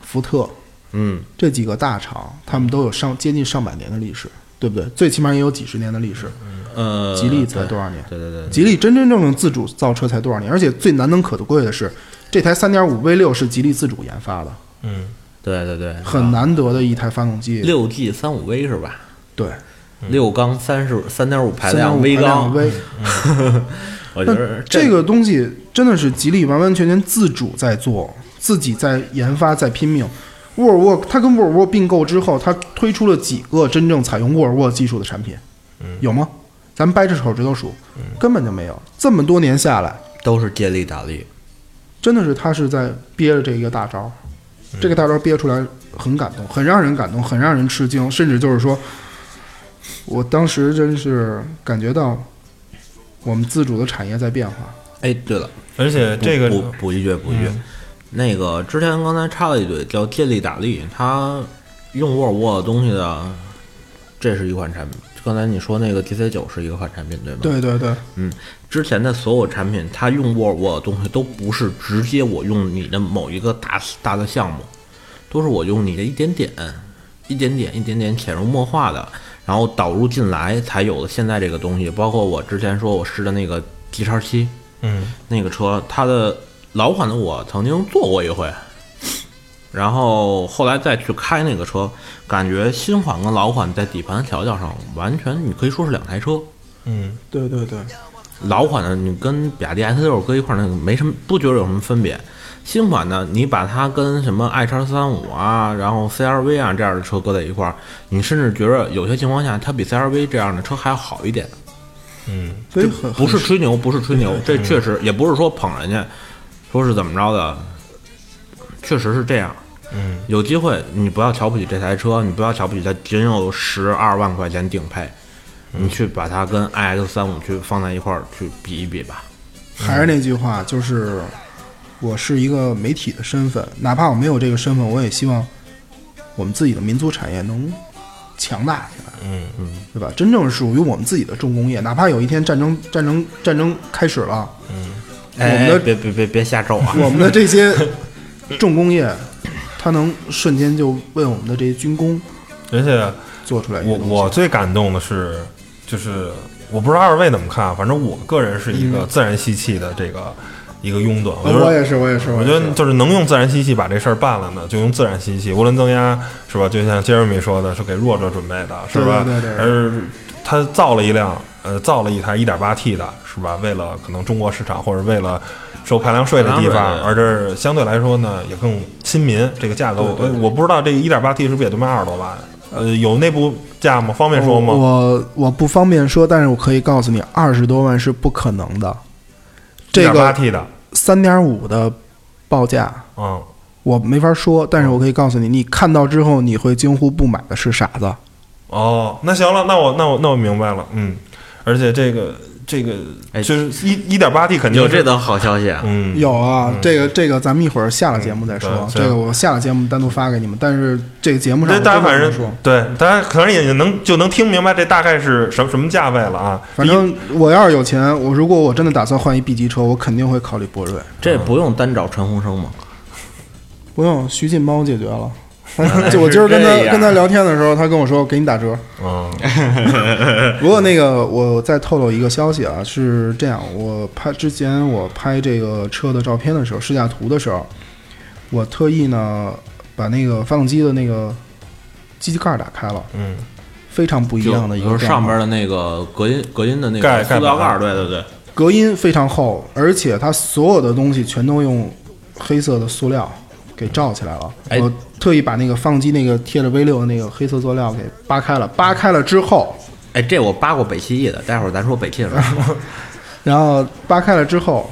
C: 福特
B: 嗯，
C: 这几个大厂，他们都有上接近上百年的历史，对不对？最起码也有几十年的历史。
B: 呃，
C: 吉利才
B: 对
C: 多少年？
B: 对对对，
C: 吉利真真正正自主造车才多少年？而且最难能可贵的是，这台3 5 V 6是吉利自主研发的，
A: 嗯，
B: 对对对，
C: 很难得的一台发动机。
B: 六 G 三五 V 是吧？
C: 对，
B: 嗯六缸三十三点五排量
C: 3.5
B: V 缸，
C: 量
B: 嗯
C: V，
B: 我觉
C: 那
B: 得
C: 这个东西真的是吉利完完全全自主在做，自己在研发，在拼命。沃尔沃，它跟沃尔沃并购之后，它推出了几个真正采用沃尔沃技术的产品，有吗？咱们掰着手指头数，根本就没有。这么多年下来，
B: 都是借力打力。
C: 真的是他是在憋着这一个大招，这个大招憋出来很感动，很让人感动，很让人吃惊，甚至就是说，我当时真是感觉到我们自主的产业在变化。
B: 哎，对了，
A: 而且呃这个嗯
B: 补补补一句，补一句，那个之前刚才插了一嘴，叫借力打力，它用沃尔沃的东西的，这是一款产品。刚才你说那个 GC 九是一款产品，对吗？。
C: 对对对，
B: 之前的所有产品，它用沃尔沃的东西都不是直接我用你的某一个大大的项目，都是我用你的一点点、一点点、一点点潜移默化的，然后导入进来才有了现在这个东西。包括我之前说我试的那个 G 叉七
A: 嗯
B: 那个车，它的老款的我曾经坐过一回，然后后来再去开那个车，感觉新款跟老款在底盘调教上完全，你可以说是两台车。
A: 嗯
C: 对对对，
B: 老款的你跟比亚迪 S 六搁一块儿，那个没什么，不觉得有什么分别。新款的你把它跟什么 i 叉三五啊，然后 CRV 啊这样的车搁在一块儿，你甚至觉得有些情况下它比 CRV 这样的车还要好一点。
A: 嗯
C: 所以很
B: 不是吹牛，不是吹牛，这确实也不是说捧人家，说是怎么着的，确实是这样。
A: 嗯，
B: 有机会你不要瞧不起这台车，你不要瞧不起它仅有十二万块钱顶配，你去把它跟 iX 三五去放在一块儿去比一比吧。
C: 还是那句话，就是我是一个媒体的身份，哪怕我没有这个身份，我也希望我们自己的民族产业能强大起来。
A: 嗯
C: 嗯，对吧？真正属于我们自己的重工业，哪怕有一天战争战争战争开始了，
B: 哎
C: 我们的
B: 别别别别瞎咒啊！
C: 我们的这些重工业，它能瞬间就为我们的这些军工
A: 而且
C: 做出来一
A: 我
C: 个东西。
A: 我最感动的是，就是我不知道二位怎么看，啊反正我个人是一个自然吸气的这个一个拥趸，我觉
C: 嗯呃我
A: 得。
C: 也是，我也是，
A: 我
C: 我
A: 觉
C: 也
A: 得
C: 是
A: 就是能用自然吸气把这事儿办了呢，就用自然吸气，涡轮增压是吧？就像 Jeremy 说的，是给弱者准备的，是吧？
C: 对对对对
A: 而他造了一辆，呃，造了一台 1.8T 的，是吧？为了可能中国市场或者为了收排量税的地
B: 排量
A: 方，
B: 税
A: 而这儿相对来说呢也更亲民。这个价格，我我不知道这个 1.8T 是不是也就卖二十多万？呃，有内部价吗？方便说吗？
C: 哦我呃我不方便说，但是我可以告诉你，二十多万是不可能的。这
A: 1.8
C: 个
A: T 的，
C: 三点五的报价，
A: 嗯，
C: 我没法说，但是我可以告诉你，你看到之后你会惊呼不买的是傻子。
A: 哦，那行了，那我那我那我明白了，嗯，而且这个这个
B: 哎
A: 就是一一点八 T 肯定
B: (laughs) 有
A: 是
B: 这等好消息啊！
A: 嗯
C: 有啊，这个这个咱们一会儿下了节目再说，
A: 嗯对
C: 这个我下了节目单独发给你们。但是这个节目上
A: 这
C: 我
A: 大家
C: 真的
A: 反
C: 不能
A: 正
C: 说，
A: 对大家可能也能就能听明白这大概是什么什么价位了啊，
C: 反正我要是有钱，我如果我真的打算换一 B 级车，我肯定会考虑博瑞。
B: 这不用单找陈鸿生嘛，
C: 不用，徐进帮我解决
A: (laughs)
C: 了。
B: 来
C: 就我今儿跟
A: 哎
B: 是这
C: 他
B: 样
C: 跟他聊天的时候，他跟我说给你打折。
A: 嗯
C: (laughs) 不过那个我再透露一个消息啊，是这样，我拍之前我拍这个车的照片的时候，试驾图的时候，我特意呢把那个发动机的那个机器盖儿打开了，
A: 嗯
C: 非常不一样的一
B: 就
C: 个
B: 是
C: 变化
B: 上边的那个隔音隔音的那
A: 盖
B: 个塑料
A: 盖
B: 盖
A: 板
B: 儿，对对对，
C: 隔音非常厚，而且它所有的东西全都用黑色的塑料给罩起来了。
B: 哎
C: 我特意把那个发动机那个贴着 V 六的那个黑色塑料给扒开了，扒开了之后，
B: 哎，这我扒过北汽翼的，待会儿咱说北汽的时候。
A: (laughs)
C: 然后扒开了之后，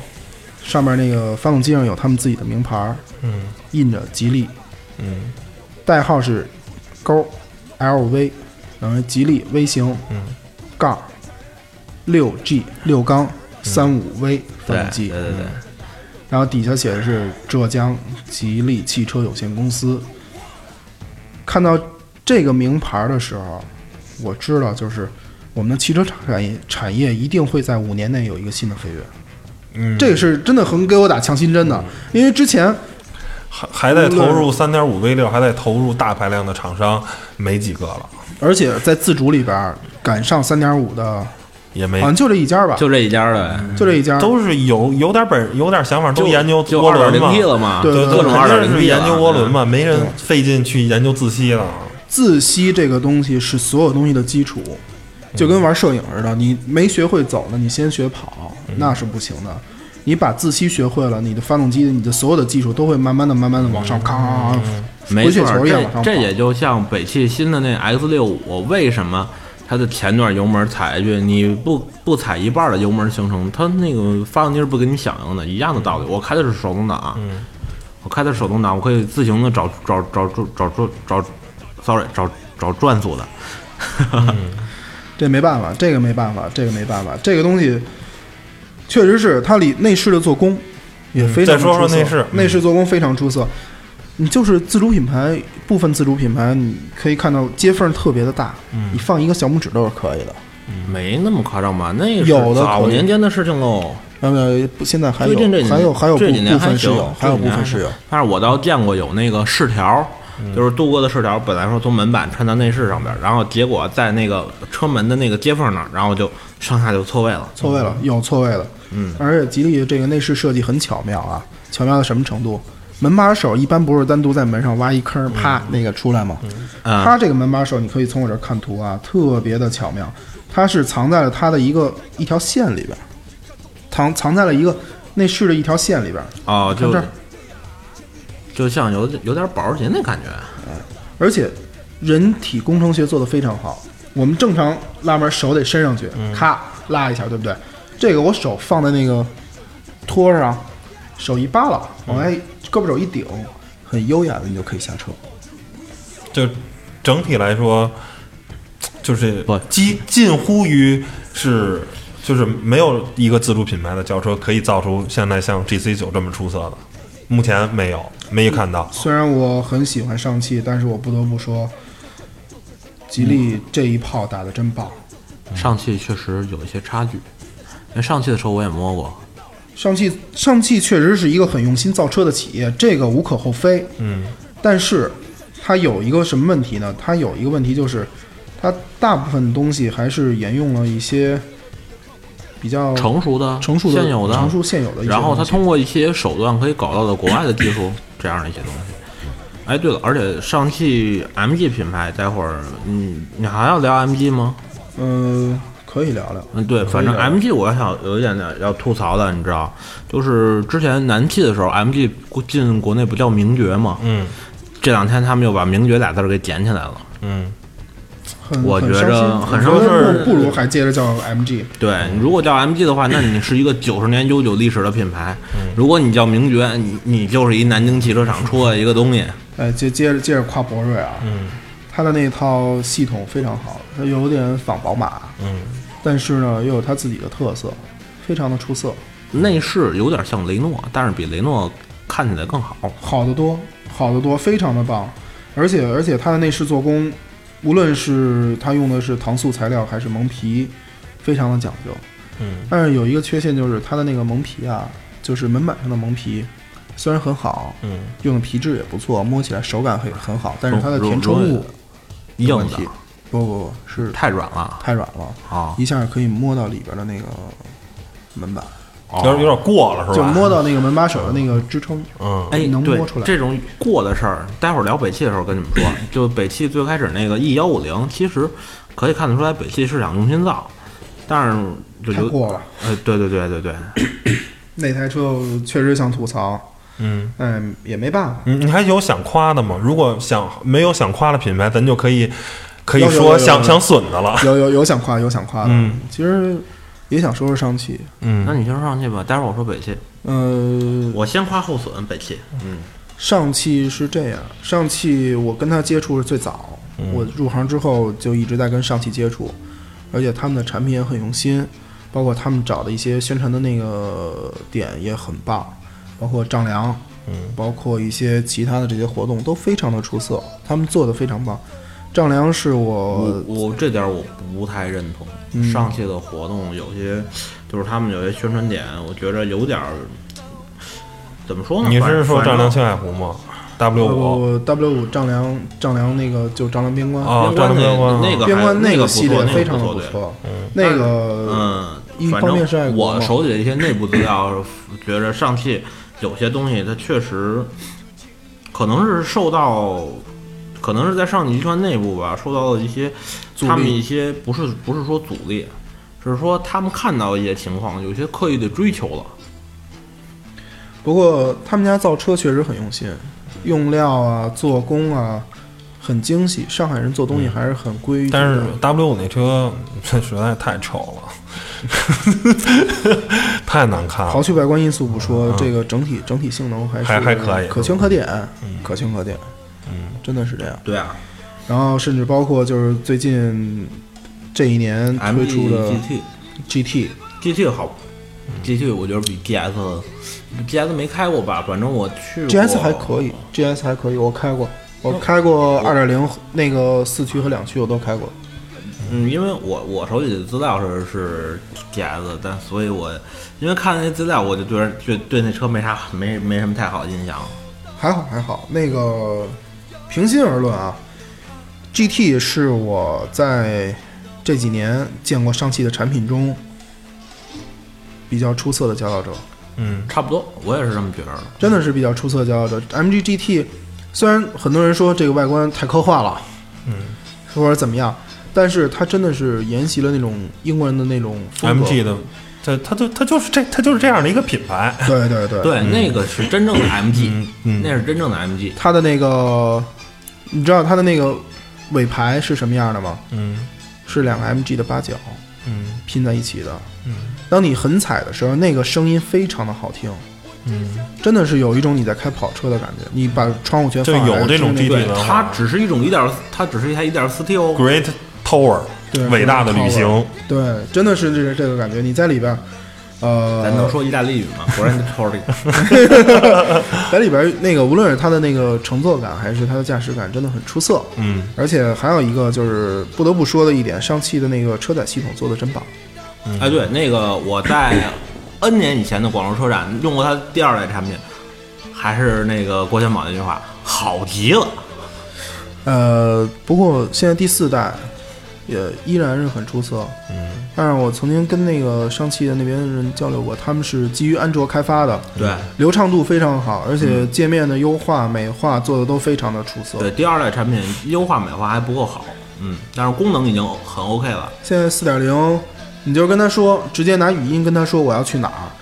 C: 上面那个发动机上有他们自己的名牌儿，
A: 嗯
C: 印着吉利，
A: 嗯
C: 代号是勾 LV，等于吉利微型，
A: 嗯，
C: 杠六 G 六缸三五
A: 嗯
C: V 发
B: 对
C: 动
A: 呃
C: 机，
B: 对对对，
C: 然后底下写的是浙江吉利汽车有限公司。看到这个名牌的时候，我知道就是我们的汽车产业产业一定会在五年内有一个新的飞跃。
A: 嗯，
C: 这个是真的很给我打强心针的，因为之前
A: 还还在投入三点五 V 六，还在投入大排量的厂商，没几个了，
C: 而且在自主里边儿赶上三点五的，
A: 也没
C: 好像就这一家吧，
B: 就这一家的，
C: 就这一家，
A: 哎都是有有点本有点想法，都
B: 就
A: 研究
B: 就
A: 涡
B: 二
A: 轮
B: 点
A: 嘛
B: 零 T，了嘛，
C: 对
A: 对，
C: 各
B: 种
A: 肯定
B: 2.0T
A: 是研究
B: 了嗯
A: 涡轮嘛，没人费劲去研究自吸了。
C: 自吸这个东西是所有东西的基础，就跟玩摄影似的，你没学会走呢，你先学跑，
A: 嗯
C: 那是不行的。你把自吸学会了，你的发动机、你的所有的技术都会慢慢的、慢慢的往上，咔，
A: 嗯
B: 没
C: 滚雪
B: 错儿，
C: 球一样往
B: 这
C: 上
B: 这
C: 跑
B: 也就像北汽新的那 X 六五，为什么它的前段油门踩下去，你不不踩一半的油门行程，它那个发动机是不给你响应的，一样的道理。我开的是手动挡，啊
C: 嗯
B: 我开的是手动挡，我可以自行的找找找找找找找，sorry，找找转速的。
C: 这没办法，这个没办法，这个没办法，这个东西确实是它里内饰的做工也非常
A: 再说说
C: 出色
A: 内饰嗯
C: 内饰做工非常出色。你就是自主品牌，部分自主品牌你可以看到接缝特别的大，
A: 嗯
C: 你放一个小拇指都是可以的。
B: 没那么夸张吧？那是
C: 嗯有的
B: 早
C: 可以
B: 年间的事情喽。
C: 呃，不现在还有
B: 最近这几
C: 还有还有部
B: 这几年
C: 部分是
B: 行
C: 有，，还有
B: 这
C: 部
B: 几年
C: 分是有。嗯
B: 但是我倒见过有那个饰条，就是镀铬的饰条，本来说从门板穿到内饰上边儿，然后结果在那个车门的那个接缝那儿，然后就上下就错位了。
C: 错位了，有错位的。嗯，而且吉利这个内饰设计很巧妙啊，巧妙到什么程度？门把手一般不是单独在门上挖一坑，啪那个出来吗？
B: 嗯
C: 它这个门把手，你可以从我这儿看图啊，特别的巧妙，它是藏在了它的一个一条线里边儿，藏藏在了一个内饰的一条线里边儿。
B: 哦，
C: 看
B: 就
C: 这儿
B: 就像有有点保时捷那感觉。
C: 而且人体工程学做得非常好。我们正常拉门手得伸上去，咔拉一下，对不对？这个我手放在那个托上，手一扒拉，往外胳膊肘一顶，很优雅的你就可以下车。
A: 就整体来说，就是
B: 不
A: 几近乎于是，就是没有一个自主品牌的轿车可以造出现在像 GC 九这么出色的，目前没有，没看到。
C: 虽然我很喜欢上汽，但是我不得不说，吉利这一炮打得真棒。
B: 上汽确实有一些差距，那上汽的车我也摸过，
C: 上汽上汽确实是一个很用心造车的企业，这个无可厚非。
A: 嗯，
C: 但是它有一个什么问题呢？它有一个问题就是，它大部分东西还是沿用了一些比较
B: 成熟的、
C: 哦成熟的
B: 现有的、
C: 成熟现有的一些东西。
B: 然后他通过一些手段可以搞到的国外的技术，这样的一些东西。哎，对了，而且上汽 MG 品牌，待会儿你你还要聊 MG 吗？
C: 嗯、可以聊聊。
B: 嗯，对，反正
C: 可以聊
B: MG 我想有一点点要吐槽的，你知道，就是之前南汽的时候，MG 进国内不叫名爵嘛，
A: 嗯
B: 这两天他们又把名爵俩字儿给捡起来了。
A: 嗯，
C: 很
B: 我
C: 很
B: 觉
C: 伤
B: 着
C: 心
B: 很
C: 我
B: 伤
C: 觉
B: 心
C: 得不不如还接着叫 MG。
B: 对，你如果叫 MG 的话，那你是一个九十年悠久历史的品牌；
A: 嗯
B: 如果你叫名爵，你你就是一南京汽车厂出的一个东西。
C: 哎，接接着接着夸博瑞啊，嗯，它的那套系统非常好，它有点仿宝马，
A: 嗯，
C: 但是呢又有它自己的特色，非常的出色，
B: 内饰有点像雷诺，但是比雷诺看起来更好。
C: 好得多，好得多，非常的棒。而且而且它的内饰做工，无论是它用的是搪塑材料还是蒙皮，非常的讲究。
A: 嗯，
C: 但是有一个缺陷就是它的那个蒙皮啊，就是门板上的蒙皮，虽然很好，
A: 嗯，
C: 用的皮质也不错，摸起来手感很很好，但是它的
B: 柔
C: 填充
B: 柔软
C: 物有
B: 硬
C: 问
B: 的
C: 题不不不是
B: 太软了
C: 太软了，
B: 啊，
C: 一下可以摸到里边的那个门板，
A: 有点有点过了是
C: 就
A: 吧？
C: 摸到那个门把手的那个支撑。
A: 嗯
B: 哎，
C: 能
B: 对
C: 摸出来
B: 这种过的事儿，待会儿聊北汽的时候跟你们
A: (laughs)
B: 说。就北汽最开始那个 E 幺五零，其实可以看得出来北汽是想用心造，但是就
C: 太
B: 有
C: 过了，
B: 呃，对对对对对，
C: 那台车确实想吐槽，
A: 嗯。
C: 嗯，也没办法。
A: 你你还有想夸的吗？如果想没有想夸的品牌，咱就可以可以
C: 有有有
A: 说
C: 有
A: 想
C: 有
A: 想损的了。
C: 有有有想夸有想夸的，
A: 嗯
C: 其实也想说说上汽，
A: 嗯
B: 那，你先说上去吧，待会儿我说北汽，
C: 呃，
B: 我先夸后损北汽，嗯，
C: 上汽是这样，上汽我跟他接触是最早，
A: 嗯
C: 我入行之后就一直在跟上汽接触，而且他们的产品也很用心，包括他们找的一些宣传的那个点也很棒，包括丈量，嗯，包括一些其他的这些活动都非常的出色，他们做的非常棒。丈量是我
B: 我我这点儿我不太认同。
C: 嗯
B: 上汽的活动有些，就是他们有些宣传点，我觉着有点儿怎么说
C: 嗯
B: 呢？
A: 你
B: 反
A: 是说
B: 反
A: 丈
B: 正
A: 量青海湖吗？W 五
C: 呃我 W 五丈量丈量那个就丈量边关，
A: 啊，丈量边关
B: 哦那个
C: 边关
B: 那
C: 个
B: 个
C: 系
B: 不
C: 列
B: 错
C: 非
B: 那
C: 常的
B: 个
C: 不
B: 不错
C: 错，
B: 对
C: 那个
B: 嗯
C: 一，
B: 反
C: 方面是爱
B: 正
C: 国
B: 我
C: 嘛
B: 手里的一些内部资料，觉着上汽有些东西它确实可能是受到，可能是在上汽集团内部吧，受到了一些
C: 阻力
B: 他们一些不是不是说阻力，是说他们看到一些情况，有些刻意的追求了。
C: 不过他们家造车确实很用心，用料啊、做工啊很精细。上海人做
B: 嗯
C: 东西还是很规矩的。
A: 但是 W 五那车这实在太丑
C: (laughs)
A: 了，太难看了
C: 刨。去外观因素不
B: 嗯
C: 说，这个整体整体性能还是
A: 还还可以
C: 可圈可点，可圈可点。嗯，真的是这样。
B: 对啊
C: 然后甚至包括就是最近这一年
B: ，M E
C: 推
B: G
C: 出的
B: T
C: GT，
B: G T 好，G T 我觉得比 G S G S 没开过吧，反正我去过
C: GS 还可以，GS 还可以，我开过，我开过二点零那个四驱和两驱我都开过。
B: 嗯，因为我我手里的资料是是 GS，但所以我因为看那些资料，我就对对对那车没啥没没什么太好的印象。
C: 还好还好，那个平心而论啊，GT 是我在这几年见过上汽的产品中比较出色的佼佼者，
A: 嗯，
B: 差不多，我也是这么觉着的。
C: 真的是比较出色的佼佼者。MG GT 虽然很多人说这个外观太科幻了，嗯，或者怎么样，但是它真的是沿袭了那种英国人的那种风格。
A: MG 的，它它就它就是这它就是这样的一个品牌。
C: 对对对，
B: 对，那个是真正的 MG，、
A: 嗯
B: 那是真正的 MG。
C: 它的那个，你知道它的那个尾排是什么样的吗？
A: 嗯
C: 是两个 MG 的八角。
A: 嗯
C: 拼在一起的。
A: 嗯，
C: 当你狠踩的时候，那个声音非常的好听，
A: 嗯，
C: 真的是有一种你在开跑车的感觉。你把窗户全
A: 就
C: 放下
A: 有
C: 来
A: 这种
C: 听那个
A: GT 的
B: 它只是一种一点，它只是一台一点四 T 哦。
A: ，Great Tower，
C: 对
A: 伟大的旅行。
C: 对，真的是这这个感觉。你在里边儿，
B: 咱能
C: 呃，
B: 说意大利语吗？果然是 t o r
C: 在里边儿那个，无论是它的那个乘坐感，还是它的驾驶感，真的很出色。
A: 嗯
C: 而且还有一个就是不得不说的一点，上汽的那个车载系统做的真棒。
B: 哎，对，那个我在 N 年以前的广州车展用过它第二代产品，还是那个郭全宝那句话，好极了。
C: 呃，不过现在第四代也依然是很出色。
A: 嗯，
C: 但是我曾经跟那个上汽的那边的人交流过，他们是基于安卓开发的，
B: 对。
C: 流畅度非常好，而且界面的优化、美化做的都非常的出色。
B: 对，第二代产品优化美化还不够好，嗯，但是功能已经很 OK 了。
C: 现在四点零，你就跟他说，直接拿语音跟他说我要去哪儿，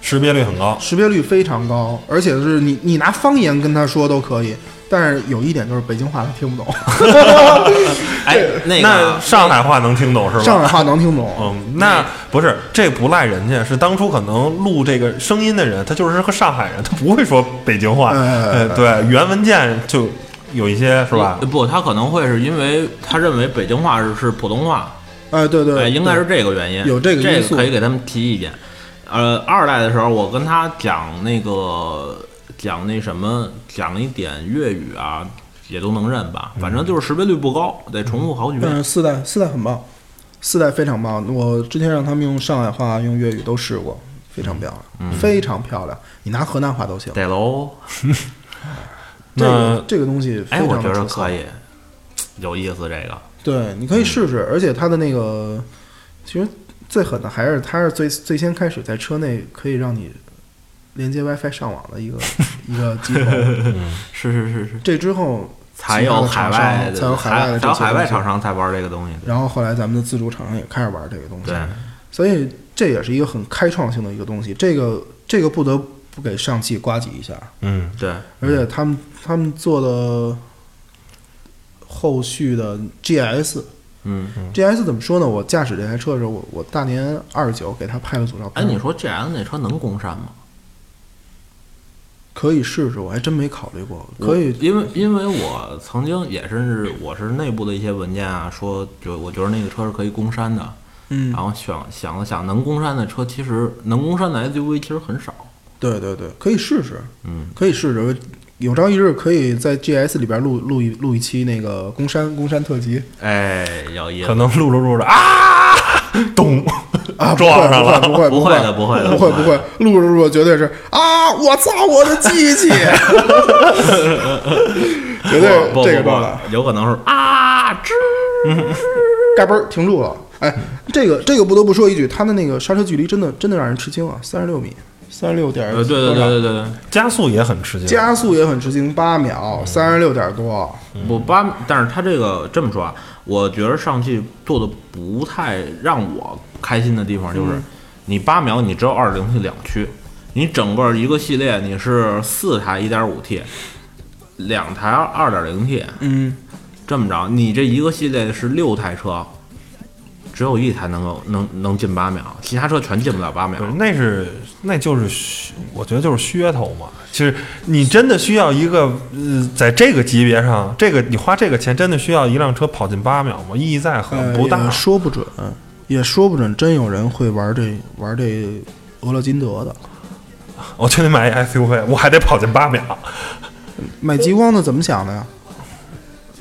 A: 识别率很高。
C: 识别率非常高，而且是你你拿方言跟他说都可以。但是有一点就是北京话他听不懂， (laughs)
B: 哎，那个
A: 那
B: 啊
A: 上海话能听懂是吧？
C: 上海话能听懂。
A: 嗯，那不是这不赖人家，是当初可能录这个声音的人，他就是个上海人，他不会说北京话。
C: 哎哎哎
A: 呃对，原文件就有一些是吧？
B: 不，他可能会是因为他认为北京话是是普通话，
C: 哎，对
B: 哎，
C: 对，
B: 应该是这个原因。
C: 有这个
B: 个
C: 因素
B: 可以给他们提意见。呃，二代的时候，我跟他讲那个讲那什么，讲了一点粤语啊，也都能认
C: 嗯
B: 吧。反正就是识别率不高，得重复好几
C: 但
B: 遍。
C: 是嗯四代四代很棒，四代非常棒。我之前让他们用上海话、用粤语都试过，非
B: 嗯
C: 常漂亮，非常漂亮。你拿河南话都行。
B: 得喽，
C: 这个
A: 那
C: 这个东西非
B: 哎，我
C: 常
B: 觉
C: 的
B: 得
C: 出色。
B: 可以，嗯有意思这个。
C: 对，你可以试试。而且它的那个，其实最狠的还是它是最最先开始在车内可以让你连接 WiFi 上网的一
B: (laughs)
C: 个一个机构。
B: 是是是是，
C: 这之后
B: 才
C: 其他
B: 有
C: 的
B: 海
C: 厂
B: 外
C: 商才有
B: 的，
C: 海外的
B: 才
C: 这
B: 有
C: 些
B: 海外
C: 东西
B: 厂。商才玩这个东西。
C: 然后后来咱们的自主厂商也开始玩这个东西。
B: 对，
C: 所以这也是一个很开创性的一个东西。这个这个不得不给上汽刮几一下，
A: 嗯，
B: 对，
C: 而且他们他们做的后续的 GS。
B: 嗯，
C: GS 怎么说呢？我驾驶这台车的时候，我我大年二十九给他拍了组照
B: 哎，
C: 片。
B: 你说 G S 那车能攻山吗？
C: 可以试试，我还真没考虑过。可以
B: 我，因为因为我曾经也是，我是内部的一些文件啊，说就我觉得那个车是可以攻山的，
C: 嗯
B: 然，后想想了想，能攻山的车其实能攻山的 SUV 其实很少，
C: 对对对，可以试试，
B: 嗯，
C: 可以试试。有朝一日可以在 GS 里边录录一录一期那个工山工山特辑
B: 哎，有意
A: 可
B: 思，
A: 能录着录着啊， (laughs) 咚，
C: 啊！不
A: 撞
C: 会
A: 上了
C: 不会
B: 不
C: 不
B: 会
C: 会
B: 的，不会的，
C: 不会不会，录着录着绝对是啊！我操，我的机
B: (laughs)
C: 器，绝对
B: 不不
C: 这个
B: 不
C: 状态，，
B: 有可能是啊，吱，
C: 嘎嘣儿停住了。哎，这个这个不得不说一句，它的那个刹车距离真的真的让人吃惊啊，三十六米，三十六点
B: 呃，对对对对对对，嗯
A: 加速也很吃惊。
C: 加速也很吃惊，八秒，三十六点多，
B: 我八，但是他这个这么说啊，我觉得上汽做的不太让我开心的地方就是，你八秒你只有二零 T 两驱，你整个一个系列你是四台一点五 T，两台二点零 T，
C: 嗯，
B: 这么着，你这一个系列是六台车，只有一台能够能能进八秒，其他车全进不了八秒
A: 不。是那是那就是虚，我觉得就是噱头嘛。其实你真的需要一个呃，在这个级别上，这个你花这个钱真的需要一辆车跑进八秒吗？意义在何？
B: 嗯
C: 呃
A: 不大
C: 也。说不准，也说不准真有人会玩这玩这俄勒金德的。
A: 我就得买一 SUV，我还得跑进八秒。
C: 买极光的怎么想的呀？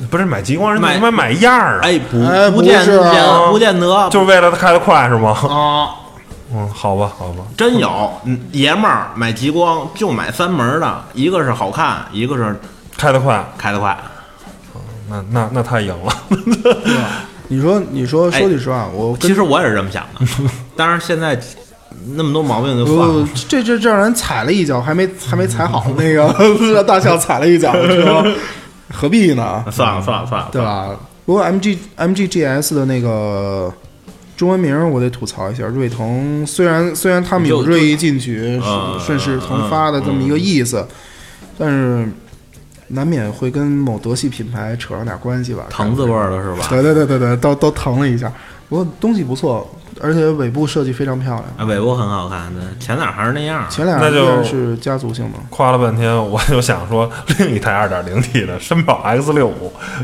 A: 不是买极光，人家
B: 买
A: 他妈买样儿啊！
B: 哎，不
C: 哎
B: 不
C: 不
B: 见
C: 是啊
B: 得不见得
A: 就是为了它开得快是吗？ (laughs)
B: 啊。
A: 嗯，好吧，好吧，
B: 真有，嗯爷们儿买极光就买三门儿的，一个是好看，一个是
A: 开得快，
B: 开得快。
A: 那那那太赢了。 (laughs)
C: 对吧？你说，你说，
B: 哎
C: 说句实话，我跟
B: 其实我也是这么
C: (laughs)
B: 想的，但是现在那么多毛病就算
C: 呃
B: 了。，
C: 这这这让人踩了一脚，还没还没踩好，那个让大象踩了一脚，说何必呢？
B: 算了算了算了，
C: 呃对吧？不过 MG MGGS 的那个中文名儿我得吐槽一下，瑞腾虽然虽然他们有
B: 就就
C: 锐意进取、
B: 嗯
C: 顺势同发的这么一个意思，但是难免会跟某德系品牌扯上点关系吧？
B: 藤字味儿的是吧？
C: 对对对对对，都都疼了一下。不过东西不错，而且尾部设计非常漂亮。
B: 啊，尾部很好看，对前脸还是那样儿。
C: 前两
A: 那就
C: 个是家族性的，
A: 夸了半天，我就想说另一台 2.0T 的绅宝 X 6 5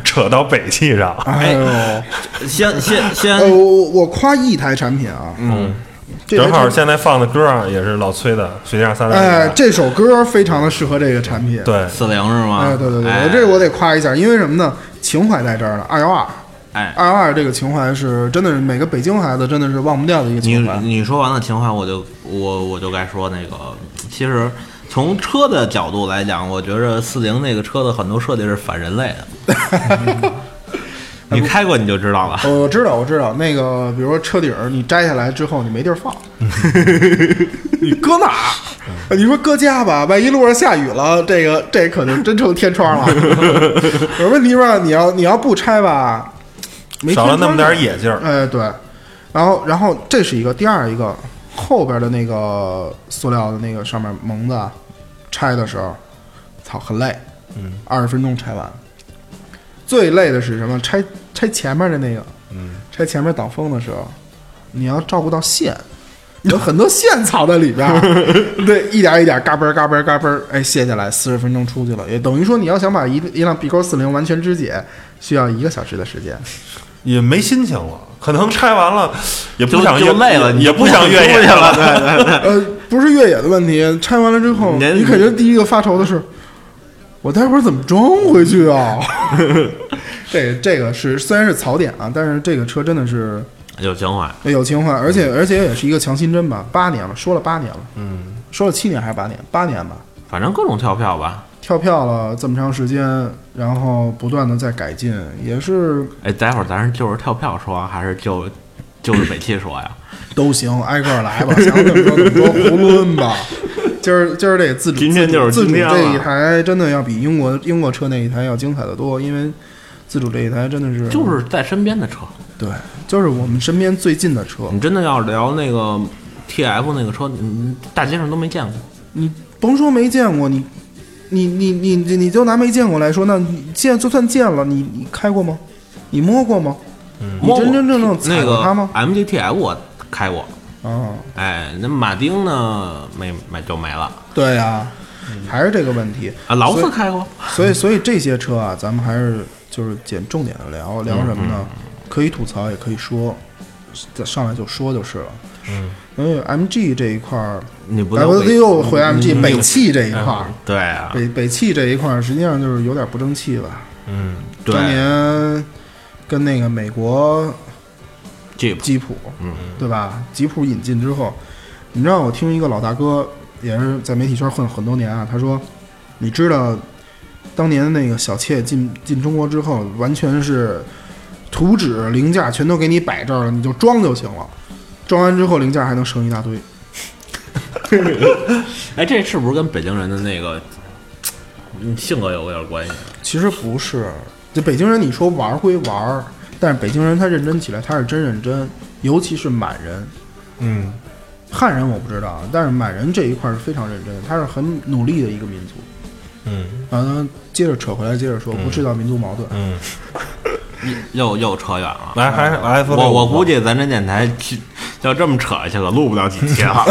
A: 扯到北汽上，
C: 哎呦，
B: 嗯先先
C: 呃，
B: 先，
C: 我我我夸一台产品啊，
B: 嗯，
C: 这台
A: 正好
C: 产
A: 现在放的歌啊也是老崔的《水晶三
C: 哎，
A: 三》。
C: 这首歌非常的适合这个产品。，
A: 对，
B: 四零是吗？
C: 哎，对对对，
B: 哎
C: 我这我得夸一下，因为什么呢？情怀在这儿呢，二幺二，
B: 哎，
C: 二幺二这个情怀是真的是每个北京孩子真的是忘不掉的一个
B: 你
C: 情怀。
B: 你说完了情怀，我就我我就该说那个，其实从车的角度来讲，我觉着四零那个车的很多设计是反人类的。
C: (laughs)
B: 你开过你就知道了。
C: 我知道，我知道，那个比如说车顶儿，你摘下来之后，你没地
A: (laughs)
C: 儿放，你搁哪儿？
A: 嗯
C: 你说搁家吧，万一路上下雨了，这个这可就真成天窗了。 (laughs) 有问题吧？你要你要不拆吧，没
A: 少了那么点儿
C: 野。
A: 野劲儿。
C: 哎，对，然后然后这是一个，第二一个后边的那个塑料的那个上面蒙的，拆的时候，操，很累，
A: 嗯，
C: 二十分钟拆完。最累的是什么？拆拆前面的那个，
A: 嗯，
C: 拆前面挡风的时候，你要照顾到线，有很多线 (laughs) 藏在里边儿， (laughs) 对，一点一点嘎嘣儿嘎嘣儿嘎嘣儿，哎，卸下来四十分钟出去了，也等于说你要想把一一辆 B 勾四零完全肢解，需要一个小时的时间。
A: 也没心情了，可能拆完了也不
B: 就
A: 想
B: 就
A: 越
B: 累了
A: 也
B: 你
A: 也
B: 就
A: 不
B: 不
A: 想
B: 想
A: 越
B: 出
A: 野
B: 去了
C: 呃，不是越野的问题，拆完了之后，
B: 连
C: 你肯定第一个发愁的是，我待会儿怎么装回去啊？ (laughs) 这这个是虽然是槽点啊，但是这个车真的是
B: 有情怀，
C: 有情怀，而且而且也是一个强心针吧，八年了，说了八年了，嗯，说了七年还是八年，八年吧，
B: 反正各种跳票吧。
C: 跳票了这么长时间，然后不断的在改进，也是
B: 哎，待会儿咱是就是跳票说，啊还是就就是北汽说呀？ (coughs)
C: 都行，挨个儿来吧，想怎么说怎么说，
B: (laughs)
C: 囫囵吧。今儿今儿这自主
B: 今天就是
C: 自主
B: 今天了
C: 这一台真的要比英国英国车那一台要精彩的多，因为自主这一台真的是
B: 就是在身边的车，
C: 对，就是我们身边最近的车，
B: 你真的要聊那个 TF 那个车，你大街上都没见过。
C: 你甭说没见过，你你你你你你就拿没见过来说，那你见就算见了，你你开过吗？你摸过吗？你
B: 摸过
C: 真真正正踩
B: 嗯那
C: 过
B: 个
C: 它吗？
B: MGTF 我开过，
C: 啊，
B: 哎，那马丁呢没没就没了
C: 对呀、还是这个问题
B: 啊，劳
C: 所
B: 斯
C: 以
B: 开过，
C: 所以，所以这些车啊，咱们还是就是捡重
D: 嗯
C: 点的聊聊什么呢？可以吐槽，也可以说，再上来就说就是了。
A: 嗯，
C: 因为 MG 这一块儿，
D: 你不
C: 哎，
D: 能嗯
C: 我
D: 违
C: 又回
D: 你
C: MG
D: 你
C: 北汽这一块儿，
D: 对啊，
C: 北北汽这一块儿实际上就是有点不争气吧。
A: 嗯，
D: 对
C: 当年跟那个美国
D: Jeep
C: 吉普，
D: 嗯，
C: 对吧？吉普引进之后，你知道我听一个老大哥也是在媒体圈混了很多年啊，他说，你知道当年那个小妾进进中国之后，完全是图纸零件全都给你摆这儿了，你就装就行了，装完之后零件还能剩一大堆。
B: 哎，这是不是跟北京人的那个嗯性格有点关系？
C: 其实不是，就北京人，你说玩儿归玩儿，但是北京人他认真起来，他是真认真，尤其是满人。
A: 嗯，
C: 汉人我不知道，但是满人这一块儿是非常认真，他是很努力的一个民族。
A: 嗯，
C: 嗯，接着扯回来，接着说，不制造民族矛盾。
A: 嗯，
B: 又又扯远了。
A: 来还来 F
B: 我我估
A: 计
B: 计咱这电台要这么扯下去，可录不了几期
C: (laughs)
B: 了。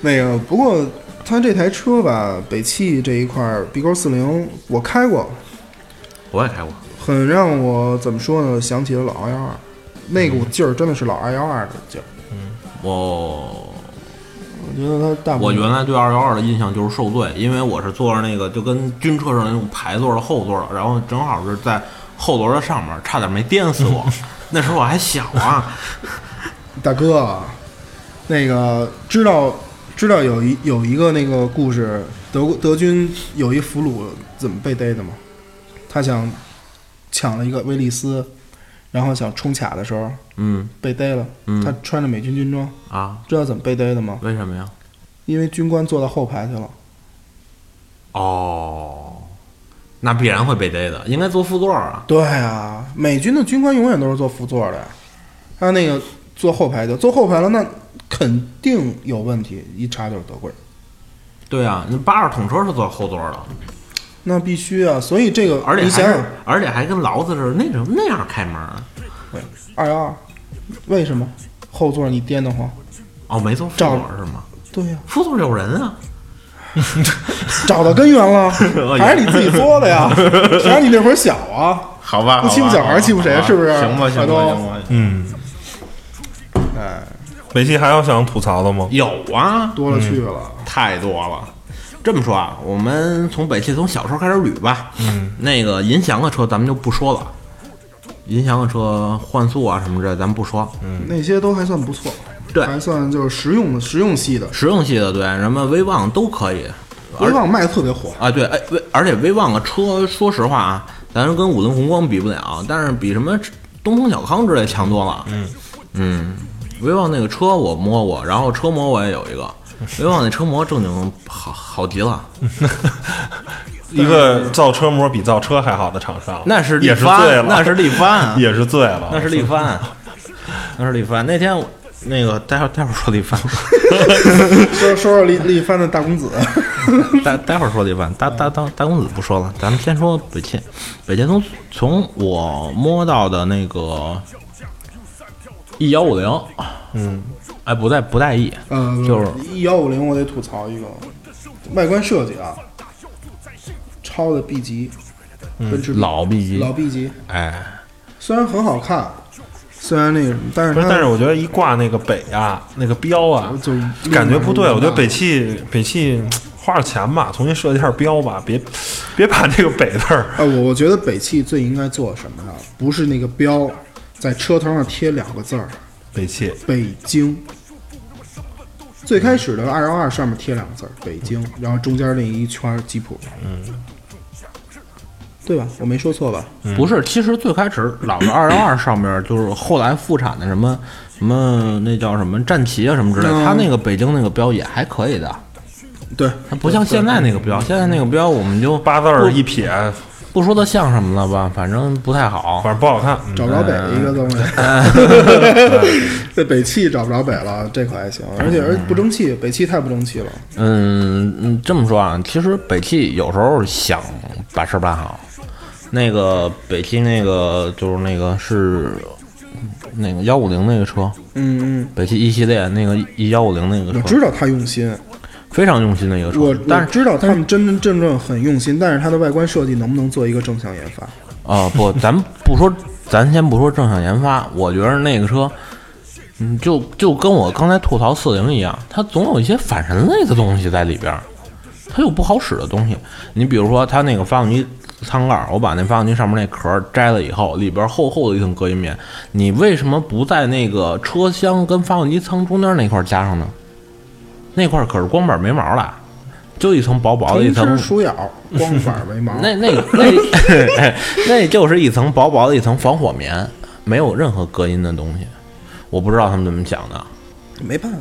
C: 那个，不过他这台车吧，北汽这一块儿 B 勾四零，我开过，
B: 我也开过，
C: 很让我怎么说呢？想起了老二幺二，那股劲儿真的是老二幺二的劲儿。
B: 我
C: 我觉得它大部
B: 我
C: 分
B: 原来对二幺二的印象就是受罪，因为我是坐着那个就跟军车上那种排座的后座，然后正好是在后轮的上面，差点没颠死
C: (laughs)
B: 我。那时候我还小啊，
C: 大哥啊，那个知道知道有一有一个那个故事，德国德军有一俘虏怎么被逮的吗？他想抢了一个威利斯，然后想冲卡的时候
B: 嗯
C: 被逮了。
B: 嗯
C: 他穿着美军军装，
B: 啊，
C: 知道怎么被逮的吗？
B: 为什么呀？
C: 因为军官坐到后排去了。
B: 哦，那必然会被逮的，应该坐副座啊。
C: 对啊，美军的军官永远都是坐副座的呀，他那个坐后排就坐后排了，那肯定有问题，一查就是德国人。
B: 对啊，那八二统车是坐后座的，
C: 那必须啊，所以这个
B: 而且
C: 你
B: 还
C: 想
B: 是
C: 想，
B: 而且还跟劳子似的那种那样开门儿。
C: 二幺二，为什么后座你颠得慌？
B: 哦，没坐副
C: 照
B: 座是吗？
C: 对呀、
B: 副座有人啊。
C: 找到根源了，
B: 呦
C: 还是你自己作的呀？谁让你那会儿小啊？
D: 好吧，
C: 不欺负小孩儿欺负谁
D: 好吧
C: 是不是
D: 行吧，行吧，
C: 大东
D: 行吧。
A: 嗯，
C: 哎，
A: 北汽还有想吐槽的吗？
B: 有啊，
C: 多了去了。
B: 太多了。这么说啊，我们从北汽从小时候开始捋吧。嗯，那个银翔的车咱们就不说了，银翔的车换速啊什么这咱们不说。
C: 那些都还算不错，
B: 对
C: 还算就是实用的实用系的。
B: 实用系的对，什么威旺都可以。
C: 威旺卖的特别火，
B: 啊，对，哎，威而且威旺的车，说实话啊，咱跟五菱宏光比不了，但是比什么东风小康之类强多了。嗯嗯，威旺那个车我摸过，然后车模我也有一个，嗯威旺那车模正经好好极了，
A: 一个造车模比造车还好的厂商，
B: (laughs) 那是力
A: 也是醉
B: 帆
A: 了，，
B: 那是力帆， (laughs)
A: 也是醉了，
B: 那是力帆，那是力帆。那天我那个待会儿待会儿说力帆，
C: (laughs) 说说说力力帆的大公子，
B: 待待会儿说力帆，大大大大公子不说了，咱们先说北汽。北汽从从我摸到的那个 E 幺五零，
A: 嗯，
B: 哎，不带不带 E，
C: (laughs) 嗯，
B: 就是
C: 幺五零，我得吐槽一个外观设计啊，超的 B 级，奔驰 B
B: 老 B
C: 老
B: 级，
C: B 级，
B: 哎，
C: 虽然很好看，虽然那个什么，但是
A: 不是，
C: 它
A: 但是我觉得一挂那个北啊，那个标啊，
C: 就是
A: 感觉不对。我觉得北汽北汽花点钱吧，重新设计一下标吧，别别把这个北字儿，
C: (laughs) 哎，我我觉得北汽最应该做什么呀？不是那个标，在车头上贴两个字儿
A: 北汽
C: “北京”。最开始的二幺二上面贴两个字儿“北京”，然后中间那一圈儿吉普，嗯，对吧？我没说错吧？
B: 不是，其实最开始老的二幺二上面就是后来复产的什么什么那叫什么战旗啊什么之类的，
C: 嗯
B: 它那个北京那个标也还可以的，
C: 对，
B: 它不像现在那个标，现在那个标我们就
A: 八字儿一撇，
B: 不说它像什么了吧，反正不太好。
A: 反正不好看。嗯
C: 找不着北了一个东西。 (laughs) 在北汽找不着北了，这可还行，而且而不争气，北汽太不争气了。
B: 嗯嗯，这么说啊，其实北汽有时候想把事儿办好，那个北汽那个就是那个是那个幺五零那个车，
C: 嗯嗯，
B: 北汽一系列那个一幺五零那个
C: 我
B: 车
C: 知道他用心，
B: 非常用心的一个
C: 我
B: 车，但
C: 我
B: 是
C: 知道他们真真正正很用心，但是它的外观设计能不能做一个正向研发？
B: 啊、不，咱不说，咱先不说正向研发，我觉得那个车嗯，就就跟我刚才吐槽四零一样，它总有一些反人类的东西在里边儿，它有不好使的东西。你比如说，它那个发动机舱盖儿，我把那发动机上面那壳儿摘了以后，里边儿厚厚的一层隔音棉，你为什么不在那个车厢跟发动机舱中间那块儿加上呢？那块儿可是光板没毛儿了，就一层薄薄的一
C: 藤
B: 层
C: 枝鼠咬，光板为毛。
B: 那那那那就是一层薄薄的一层防火棉，没有任何隔音的东西。我不知道他们怎么想的。
C: 没办法，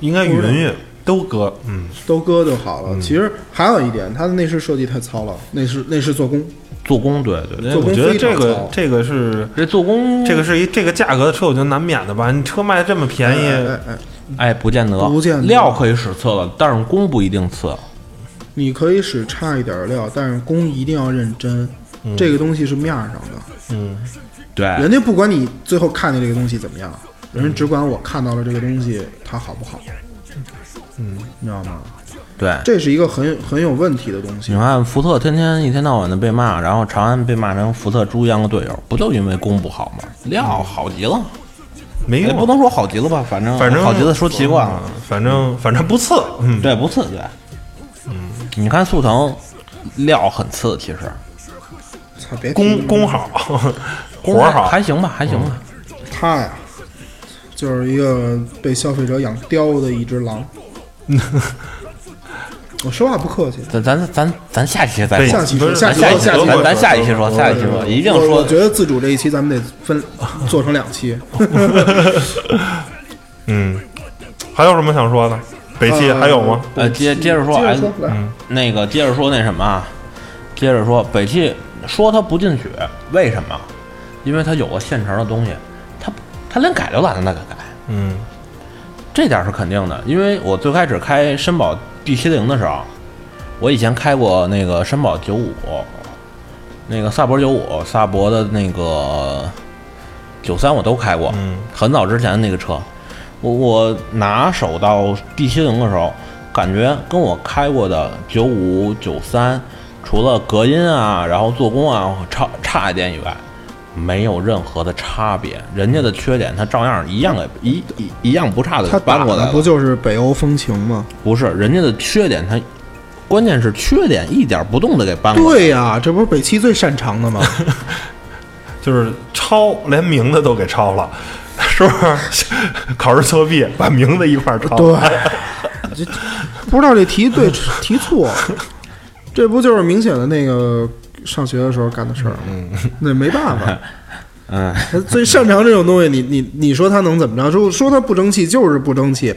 A: 应该云云都搁，嗯，
C: 都搁就好了。其实还有一点，它的内饰设计太糙了，内饰内饰做工
B: 做工，对对对，
C: 做工
A: 我觉得
C: 非常
A: 这个
C: 糙
A: 这个是
B: 这做工
A: 这个是一这个价格的车，我觉得难免的吧。你车卖这么便宜，
C: 哎哎哎，
B: 哎不见得，
C: 不见得
B: 料可以使次了，但是工不一定次。
C: 你可以使差一点儿料，但是工一定要认真。这个东西是面儿上的，
A: 嗯，
B: 对，
C: 人家不管你最后看见这个东西怎么样，人家只管我看到了这个东西它好不好。嗯，你知道吗？
B: 对。
C: 这是一个很很有问题的东西
B: 你。看福特天天一天到晚的被骂，然后长安被骂成福特猪一样的队友，不就因为工不好吗？料好极了，
A: 没
B: 也
A: 用，
B: 哎不能说好极了吧，反正
A: 反正
B: 好极了说啊习惯了。
A: 嗯反正反正不次，嗯，
B: 对，不刺激。嗯，你看速腾料很次，其实
C: 操，别提
A: 工工好，活儿好，
B: 还行吧，还行吧。
C: 它呀，就是一个被消费者养刁的一只 (laughs) 狼。我说话不客气，
B: 嗯咱咱咱咱下期再
A: 对
B: 说
C: 下，期
A: 不
C: 说，
A: 是
C: 下期
B: 下
C: 说，
B: 期
C: 下期
B: 咱
C: 说。
B: 咱下一期
A: 嗯
B: 说，下一期说，一定
C: 我我
B: 说
C: 觉得自主这一期咱们得分做成两期。
A: 嗯，还有什么想说的？北汽还有吗？
B: 呃，接接着说，
C: 接着
B: 哎，
C: 说，来，
B: 那个接着说那什么，啊，接着说北汽说它不进雪，为什么？因为它有个现成的东西，它它连改都懒得再改，
A: 嗯
B: 这点是肯定的。因为我最开始开绅宝 B 7 0的时候，我以前开过那个绅宝九五，那个萨博九五、萨博的那个九三我都开过，
A: 嗯
B: 很早之前的那个车。我我拿手到 B 7 0的时候，感觉跟我开过的九五、九三，除了隔音啊，然后做工啊差差一点以外，没有任何的差别。人家的缺点，它照样一样给一一一样不差的
C: 他
B: 搬
C: 打
B: 过来
C: 的
B: 了
C: 不。就是北欧风情吗？
B: 不是，人家的缺点，它关键是缺点一点不动的给搬过来。
C: 对呀，这不是北汽最擅长的吗？
A: 就是抄，连名字都给抄了， (laughs) 是不是？ (laughs) 考试作弊把名字一块儿抄，
C: 对，这不知道这题对题错，这不就是明显的那个上学的时候干的事儿吗？那没办法，
B: (laughs) 嗯，
C: 他最擅长这种东西，你你你说他能怎么着？说说他不争气就是不争气。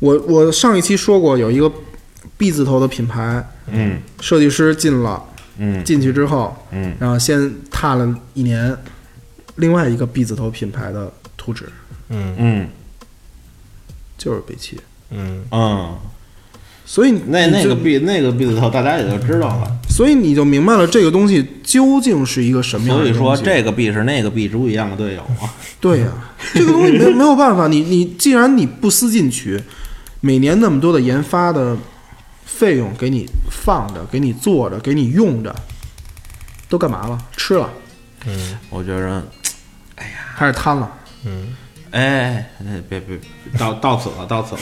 C: 我我上一期说过有一个 B 字头的品牌
B: 嗯
C: 设计师进了，
B: 嗯
C: 进去之后，
B: 嗯，
C: 然后先踏了一年另外一个 B 字头品牌的图纸，
A: 嗯
B: 嗯
C: 就是北汽。
A: 嗯，
B: 嗯，
C: 所以你
B: 那
C: 你
B: 那
C: 就
B: 个 B 那个 B 字头大家也就知道了。
C: 所以你就明白了这个东西究竟是一个什么样
B: 所
C: 的
B: 以
C: 东西。
B: 说这个 B 是那个 B 猪一样的队友啊。
C: 对呀、这个东西没没有办法，你你既然你不思进取，每年那么多的研发的费用给你放着，给你做着，给你用着，都干嘛了？吃了
B: (laughs) 我觉着，
C: 还是贪了？
B: 哎，哎别别，到到此了，到此了。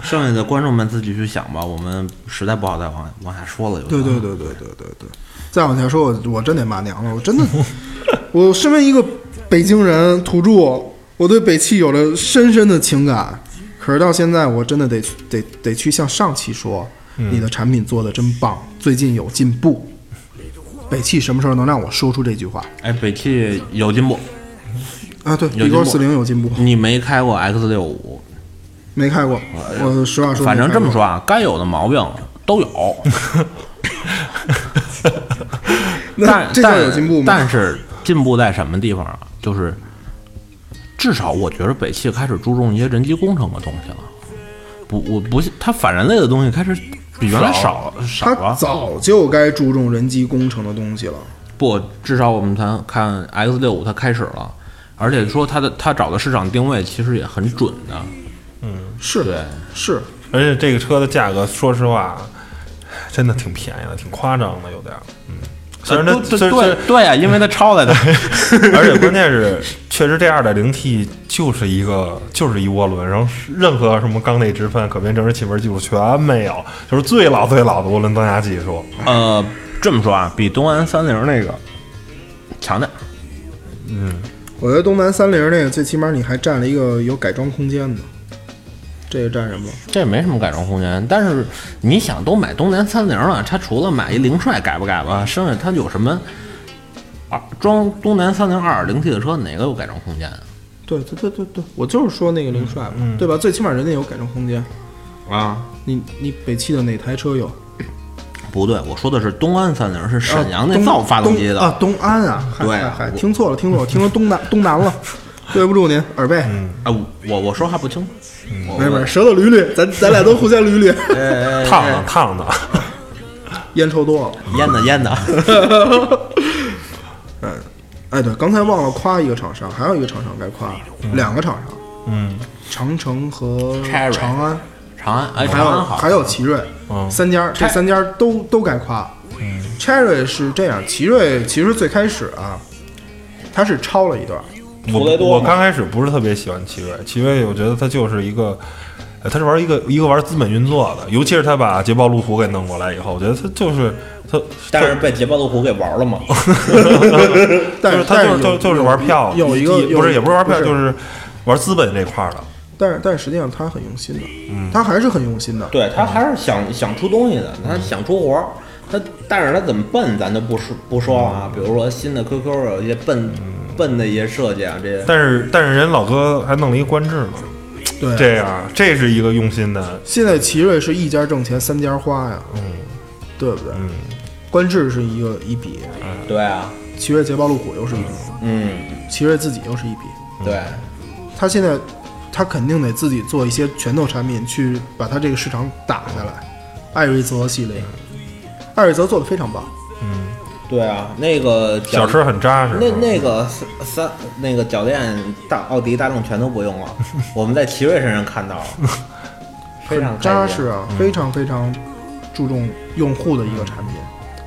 B: 剩下的观众们自己去想吧，我们实在不好再往往下说了。有的
C: 对对对对对对对，再往下说，我我真得骂娘了，我 (laughs) 真的，我身为一个北京人土著，我对北汽有着深深的情感。可是到现在，我真的得得得去向上期说，你的产品做的真棒，最近有进步。北汽什么时候能让我说出这句话
B: 哎，北汽有进步，
C: 啊？对
B: 有进
C: ，B
B: 步
C: 勾四零有进步，
B: 你没开过 X 六五，
C: 没开过。我实话说，
B: 哎反正这么
C: 没开过
B: 说，啊，该有的毛病都有，但
C: 那 (laughs) 这叫有进步吗？
B: 但是进步在什么地方啊？就是至少我觉得北汽开始注重一些人机工程的东西了。不，我不信，它反人类的东西开始比原来少少啊
C: 他
B: 了。
C: 早就该注重人机工程的东西了。
B: 不，至少我们看看 X 六五它开始了，而且说它的它找的市场定位其实也很准的。
C: 是
B: 对，
C: 是，
A: 而且这个车的价格，说实话，真的挺便宜的，挺夸张的，有点儿，嗯，虽然它
B: 呃对
A: 虽
B: 对
A: 虽
B: 对对啊，因为它抄来的， (laughs)
A: (laughs) 而且关键是，确实这二点零 T 就是一个就是一涡轮，然后任何什么缸内直喷、可变正时气门技术全没有，就是最老最老的涡轮增压技术。
B: 呃，这么说啊，比东安三菱那个强点儿。
C: 我觉得东南三菱那个最起码你还占了一个有改装空间的，这个占什么？
B: 这没什么改装空间，但是你想，都买东南三菱了，它除了买一凌帅改不改吧，剩下它有什么啊？装东南三菱二点零 T 的车，哪个有改装空间啊？
C: 对对对对对，我就是说那个凌帅嘛，
A: 嗯
C: 对吧？最起码人家有改装空间。
B: 啊
C: 你你北汽的哪台车有？
B: 不对，我说的是东安三菱，是沈阳
C: 啊
B: 那
C: 东
B: 造发动机的。
C: 东啊，东安啊，嗨
B: 对
C: 嗨
B: 啊
C: 嗨，
B: 我
C: 听错了，听错了，听成东南 (laughs) 东南了，对不住您，耳背，
B: 啊，我我说话不清楚。我
C: 没事没事，舌头捋捋，
B: (laughs)
C: 咱咱俩都互相捋捋，
B: 哎
A: 烫的烫啊的，
C: 烟抽多了。
B: 烟的烟的， (laughs)
C: 哎，对，刚才忘了夸一个厂商，还有一个厂商该夸，两个厂商，
A: 嗯
C: 长城和
B: Cherry
C: 长安，
B: 长安哎，
C: 还
B: 长
C: 有
B: 安好，
C: 还有奇瑞，
A: 嗯
C: 三家这三家都都该夸。Cherry 是这样，奇瑞其实最开始啊，它是抄了一段，
A: 我
B: 图雷多
A: 我
B: 嘛
A: 刚开始不是特别喜欢奇瑞，奇瑞我觉得它就是一个，呃它是玩一个一个玩资本运作的，尤其是他把捷豹路虎给弄过来以后，我觉得它就是它，
B: 但是被捷豹路虎给玩了嘛。
C: 但
A: 就是是它
C: 但
A: 就是就
C: 有
A: 就是玩票，
C: 有一个
A: 也
C: 有
A: 不是也不是玩票，
C: 不是
A: 就是玩资本这块儿的。
C: 但是但实际上他很用心的，
A: 嗯
C: 他还是很用心的。
B: 对他还是想想出东西的，
C: 嗯
B: 他想出活儿，他但是他怎么笨，咱就不说不说
C: 嗯
B: 啊。比如说新的 QQ 有一些笨笨的一些设计啊，这些
A: 但是但是人老哥还弄了一官制嘛，
C: 对，
A: 这样这是一个用心的，
C: 现在奇瑞是一家挣钱三家花呀，
A: 嗯
C: 对不对？
A: 嗯，
C: 观致是一个一笔，
B: 对啊，
C: 奇瑞捷豹路虎又是一笔，
B: 嗯，
C: 奇瑞自己又是一笔。
B: 对，
C: 他现在他肯定得自己做一些拳头产品去把他这个市场打下来。艾瑞泽系列，艾瑞泽做的非常棒，
B: 对啊，那个
A: 小
B: 脚
A: 车很扎实。
B: 那那个三三那个脚垫大奥迪大众全都不用
C: (laughs)
B: 了，我们在奇瑞身上看到了，非常
C: 很扎
B: 开心
C: 实啊，非常非常注重用户的一个产品。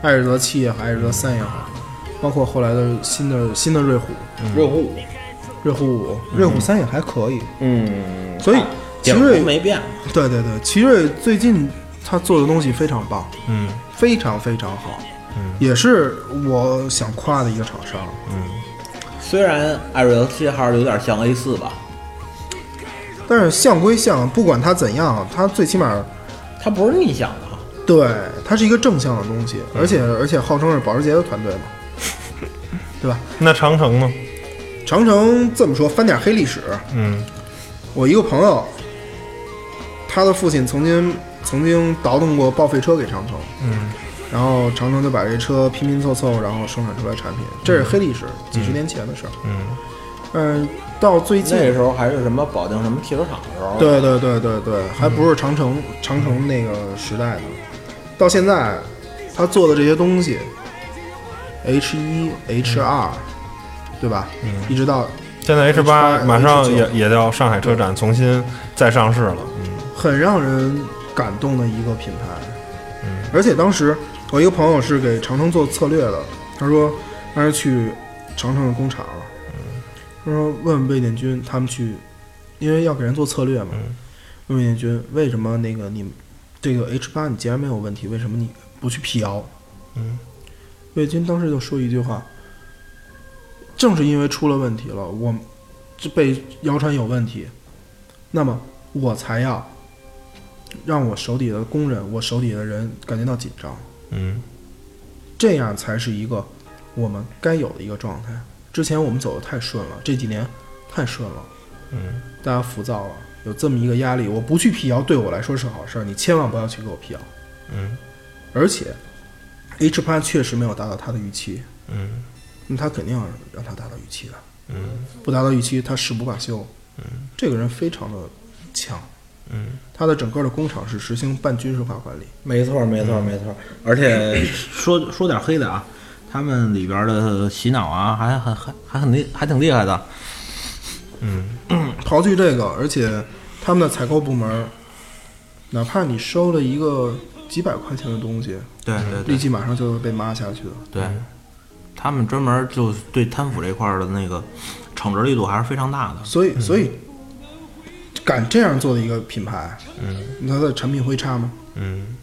C: 艾瑞泽七也好，艾瑞泽三也好，包括后来的新的新的瑞虎，
B: 瑞虎，
C: 瑞虎五、瑞虎三也还可以。
B: 嗯，
C: 所以
B: 啊
C: 奇
B: 景
C: 瑞
B: 图没变，
C: 对对对，奇瑞最近他做的东西非常棒，
A: 嗯
C: 非常非常好，
A: 嗯
C: 也是我想夸的一个厂商。
A: 嗯，
B: 虽然艾瑞泽七还是有点像 A 四吧，
C: 但是像归像，不管它怎样，它最起码
B: 它不是逆向的啊。
C: 对它是一个正向的东西，
A: 嗯
C: 而且而且号称是保时捷的团队嘛， (laughs) 对吧？
A: 那长城呢？
C: 长城这么说，翻点黑历史，
A: 嗯
C: 我一个朋友，他的父亲曾经曾经倒腾过报废车给长城，
A: 嗯
C: 然后长城就把这车拼拼凑凑，然后生产出来产品，这是黑历史，几十年前的事儿。
A: 嗯，
C: 嗯，到最近，
B: 那时候还是什么保定什么汽车厂的时候，，
C: 对对对对对，还不是长城长城那个时代的，到现在他做的这些东西，H 一 H 二，对吧？一直到
A: 现在 H 八
C: H8
A: 马上
C: H9
A: 也也到上海车展重新再上市了。嗯
C: 很让人感动的一个品牌。而且当时我一个朋友是给长城做策略的，他说当时去长城的工厂了，他说问问魏建军他们去，因为要给人做策略嘛，问魏建军为什么那个你这个 H 八你既然没有问题，为什么你不去辟谣？
A: 嗯，
C: 魏建军当时就说一句话。正是因为出了问题了，我这被谣传有问题，那么我才要让我手底的工人，我手底的人感觉到紧张，
A: 嗯
C: 这样才是一个我们该有的一个状态。之前我们走的太顺了，这几年太顺了，
A: 嗯
C: 大家浮躁了，有这么一个压力，我不去辟谣对我来说是好事儿，你千万不要去给我辟谣。
A: 嗯
C: 而且，H 八确实没有达到他的预期，
A: 嗯
C: 那他肯定要让他达到预期的，
A: 嗯
C: 不达到预期他誓不罢休。嗯，这个人非常的强，
A: 嗯
C: 他的整个的工厂是实行半军事化管理。
B: 没错没错没错。而且说说点黑的啊，他们里边的洗脑啊，还还还还很厉，还挺厉害的。
A: 嗯
C: 刨去这个，而且他们的采购部门，哪怕你收了一个几百块钱的东西，
B: 对对
C: 立
B: 对
C: 即马上就会被抹下去的。
B: 对，嗯他们专门就对贪腐这块儿的那个惩治力度还是非常大的。
C: 所以，所以敢这样做的一个品牌，嗯，它的产品会差吗？
A: 嗯，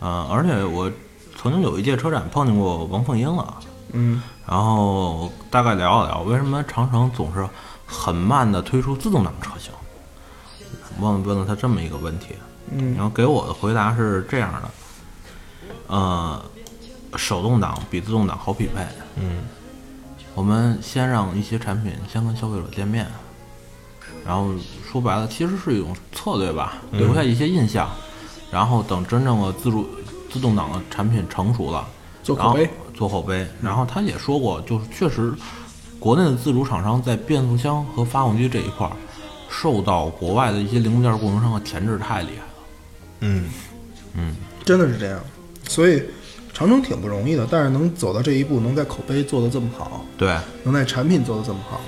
B: 嗯，而且我曾经有一届车展碰见过王凤英了，
C: 嗯，
B: 然后大概聊了聊为什么长城总是很慢的推出自动挡车型，问问了他这么一个问题，
C: 嗯
B: 然后给我的回答是这样的，呃，手动挡比自动挡好匹配，嗯，我们先让一些产品先跟消费者见面，然后说白了其实是一种策略吧，留
C: 嗯
B: 下一些印象，然后等真正的自主自动挡的产品成熟了。
C: 做
B: 然
C: 口
B: 后
C: 碑，嗯
B: 做口碑。然后他也说过，就是确实，国内的自主厂商在变速箱和发动机这一块儿，受到国外的一些零部件供应商的钳制太厉害了。
A: 嗯，
C: 真的是这样。所以，长城挺不容易的，但是能走到这一步，能在口碑做得这么好，
B: 对，
C: 能在产品做得这么好，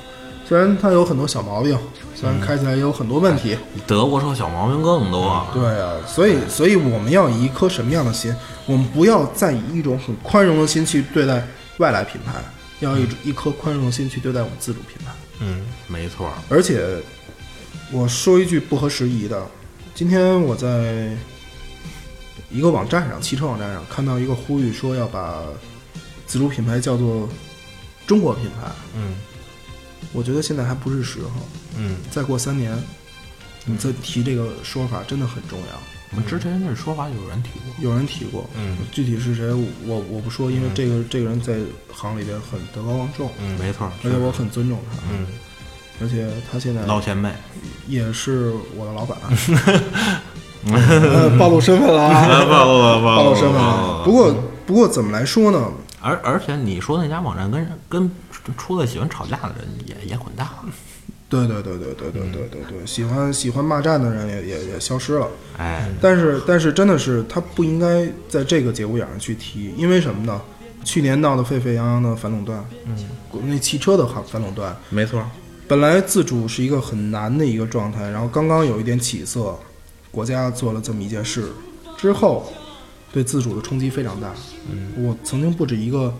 C: 虽然它有很多小毛病，虽然开起来也有很多问题，
B: 德国车小毛病更多啊。
C: 对啊，所以所以我们要以一颗什么样的心？我们不要再以一种很宽容的心去对待外来品牌，要一一颗宽容的心去对待我们自主品牌。
A: 嗯
B: 没错儿，
C: 而且，我说一句不合时宜的，今天我在一个网站上，汽车网站上看到一个呼吁，说要把自主品牌叫做中国品牌。
A: 嗯，
C: 我觉得现在还不是时候。
A: 嗯，
C: 再过三年，你再提这个说法真的很重要。
B: 我们之前这说法有人提过。
C: 有人提过，
A: 嗯，
C: 具体是谁我我不说，因为这个、这个人在行里边很德高望重，
B: 嗯，没错儿，
C: 而且我很尊重他，
A: 嗯，
C: 而且他现在
B: 老前辈，
C: 也是我的老 (laughs) 板， (laughs) 呃暴露身份了啊，
B: 不不
C: 暴露身嗯份了。不过不过怎么来说呢？
B: 而而且你说那家网站跟人跟出来喜欢吵架的人也也滚蛋了。
C: 对对对对对对对对对，喜欢喜欢骂战的人也也也消失了。
B: 哎，
C: 但是但是真的是他不应该在这个节骨眼上去提，因为什么呢？去年闹得沸沸扬扬的反垄断，嗯，国内汽车的反反垄断，
B: 没错儿，
C: 本来自主是一个很难的一个状态，然后刚刚有一点起色，国家做了这么一件事之后，对自主的冲击非常大。嗯，我曾经不止一个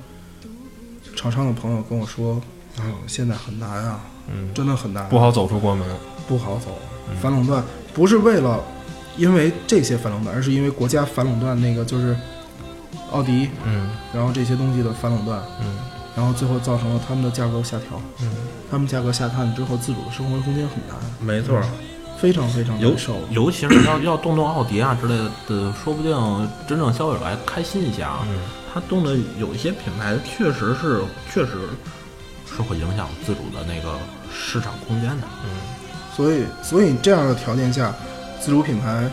C: 厂商的朋友跟我说，啊，现在很难啊，嗯，真的很难，
A: 不好走出国门。
C: 不好走。反垄断不是为了因为这些反垄断，而是因为国家反垄断那个就是奥迪，
A: 嗯
C: 然后这些东西的反垄断，
A: 嗯，
C: 然后最后造成了他们的价格下调，嗯，他们价格下探之后，自主的生活空间很难，
B: 没错儿。
C: 非常非常
B: 尤
C: 难受。
B: 尤其是要要动动奥迪啊之类的，说不定真正消费者还开心一下啊。
C: 嗯
B: 他动的有一些品牌，确实是确实是会影响自主的那个市场空间的。
C: 嗯所以，所以这样的条件下，自主品牌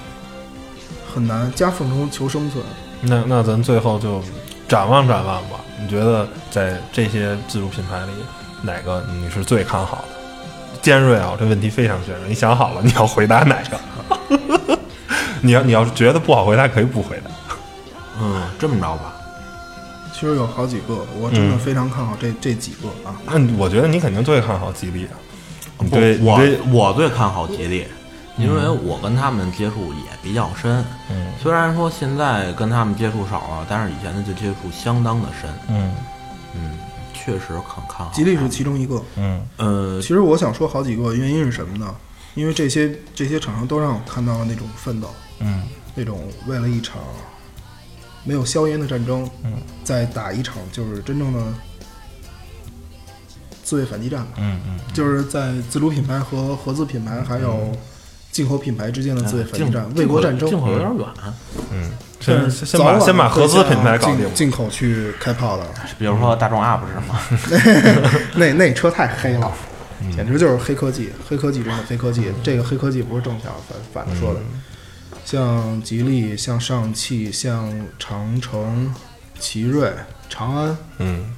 C: 很难夹缝中求生存。
A: 那那咱最后就展望展望吧。你觉得在这些自主品牌里，哪个你是最看好的？尖锐啊，这问题非常尖锐。你想好了你要回答哪个？ (laughs) 你要你要是觉得不好回答，可以不回答。
B: 嗯，这么着吧，
C: 其实有好几个，我真的
A: 嗯
C: 非常看好这、这几个啊。
A: 那你我觉得你肯定最看好吉利啊。你
B: 不
A: 对，你
B: 我
A: 对，
B: 我最看好吉利，因为我跟他们接触也比较深。
A: 嗯
B: 虽然说现在跟他们接触少了，但是以前的就接触相当的深。
A: 嗯
B: 嗯，确实很看好。
C: 吉利是其中一个，
A: 嗯
B: 呃
C: 其实我想说好几个原因是什么呢？因为这些这些厂商都让我看到了那种奋斗，
A: 嗯
C: 那种为了一场没有硝烟的战争，
A: 嗯
C: 在打一场就是真正的自卫反击战吧，
A: 嗯嗯
C: 就是在自主品牌和合资品牌还有进口品牌之间的
A: 啊
C: 自卫反击
B: 进
C: 战、卫国战争。
B: 进口有点远，
A: 嗯，
C: 但
A: 先
C: 是
A: 先
C: 早晚
A: 把先把
C: 会啊
A: 合资
C: 向
A: 品牌搞定
C: 进。进口去开炮的，
B: 比如说大众 UP 是
C: 嗯
B: 吗？
C: 那那车太黑了，简直就是黑科技，黑科技中的黑科
B: 嗯
C: 技。这个黑科技不是正向，反反着说的。像吉利、像上汽、像长城、奇瑞、长安、
A: 嗯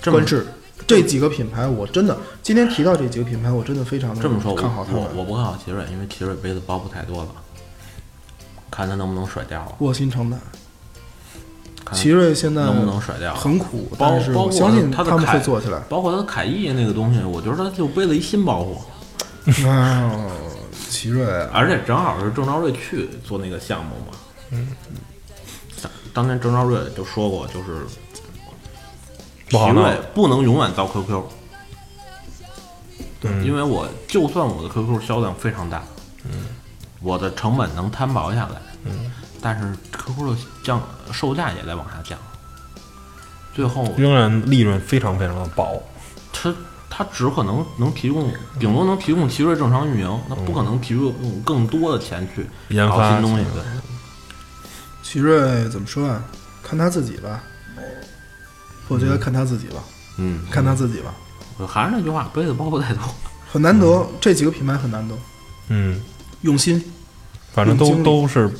B: 这么
C: 观致这几个品牌，我真的今天提到这几个品牌，我真的非常的
B: 这么说，我
C: 看好他
B: 我我
C: 们，
B: 不看好奇瑞，因为奇瑞杯子包袱太多了，看他能不能甩掉了。
C: 卧薪尝胆。
B: 看
C: 奇瑞现在
B: 能不能甩掉
C: 很苦，
B: 包
C: 但是
B: 包
C: 我
B: 括
C: 相信
B: 他的
C: 们会
B: 凯
C: 做起
B: (laughs)
C: 来。
B: 包括他的凯翼那个东西，我觉得他就背了一新包袱，
C: 啊，奇瑞啊，
A: 嗯
B: 而且正好是郑兆瑞去做那个项目嘛。当年郑兆瑞就说过，就是
A: 不好
B: 脾
A: 弄
B: 胃不能永远造 QQ，
A: 嗯
B: 因为我就算我的 QQ 销量非常大，嗯，我的成本能摊薄下来，嗯，但是 QQ 的降售价也在往下降，最后
A: 仍然利润非常非常的薄。
B: 它它只可能能提供，顶多能提供奇瑞正常运营，它不可能提供更多的钱去
A: 嗯研
B: 搞
A: 发嗯
B: 新东西，对。
C: 奇瑞怎么说啊？看他自己吧，我觉得看他自己吧，
B: 嗯，
C: 看他自己吧。
B: 我还是那句话，杯子包不带走。
C: 很难得，这几个品牌很难得，
A: 嗯，
C: 用心。
A: 反正都
C: 用精力
A: 都是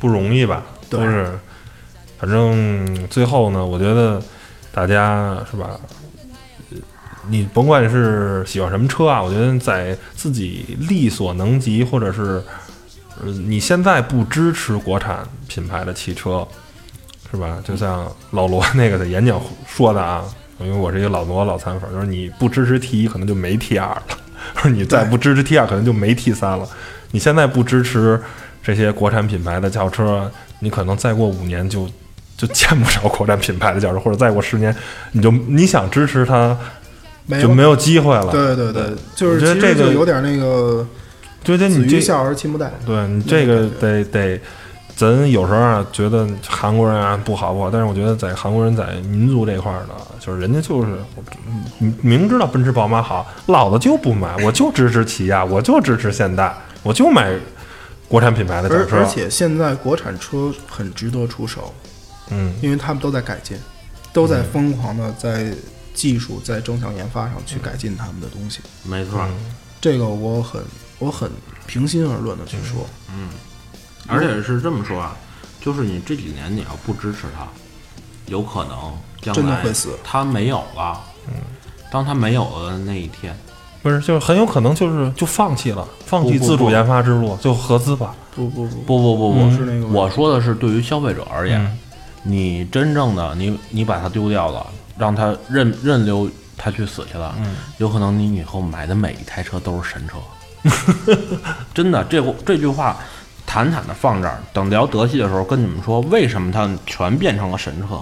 A: 不容易吧，
C: 对
A: 都是。反正最后呢，我觉得大家是吧？呃你甭管是喜欢什么车啊，我觉得在自己力所能及，或者是呃你现在不支持国产品牌的汽车，是吧？就像老罗那个的演讲说的啊，因为我是一个老罗老残粉，就是你不支持 T 一，可能就没 T 二了；说你再不支持 T 二，可能就没 T 三了。你现在不支持这些国产品牌的轿车，你可能再过五年就 (laughs) 就见不着国产品牌的轿车，或者再过十年，你就你想支持它
C: 没
A: 就没有机会了。
C: 对对对，就
A: 我
C: 是
A: 觉得
C: 其
A: 这
C: 实就
A: 个
C: 有点那个
A: 对，对，
C: 子
A: 你
C: 欲
A: 这
C: 孝而亲不待。
A: 对你这个得得，咱有时候啊觉得韩国人啊不好不好，但是我觉得在韩国人在民族这块儿呢，就是人家就是明明知道奔驰宝马好，老子就不买，我就支持起亚，我就支持现代，我就买国产品牌的轿
C: 而
A: 车。
C: 而且现在国产车很值得出手，
A: 嗯。
C: 因为他们都在改进，都在疯狂的在技术、在正向研发上去改进他们的东西。
B: (laughs) 没错，
C: 这个我很我很平心而论的
A: 嗯
C: 去说，
B: 而且是这么说啊，就是你这几年你要不支持它，有可能将
C: 真的
B: 来
C: 会死
B: 它没有了。嗯，当它没有了那一天，
A: 不是，就是很有可能就是就放弃了，放弃
B: 不不
A: 自主
B: 不
A: 研发之路，就合资吧。
C: 不不不，
B: 不不不不，
C: 嗯是那个
B: 我说的是对于消费者而言，
A: 嗯
B: 你真正的你你把它丢掉了，让它任任留它去死去了，
C: 嗯
B: 有可能你以后买的每一台车都是神车。 (laughs) 真的，这这句话坦坦的放这儿，等聊德系的时候跟你们说，为什么它全变成了神车？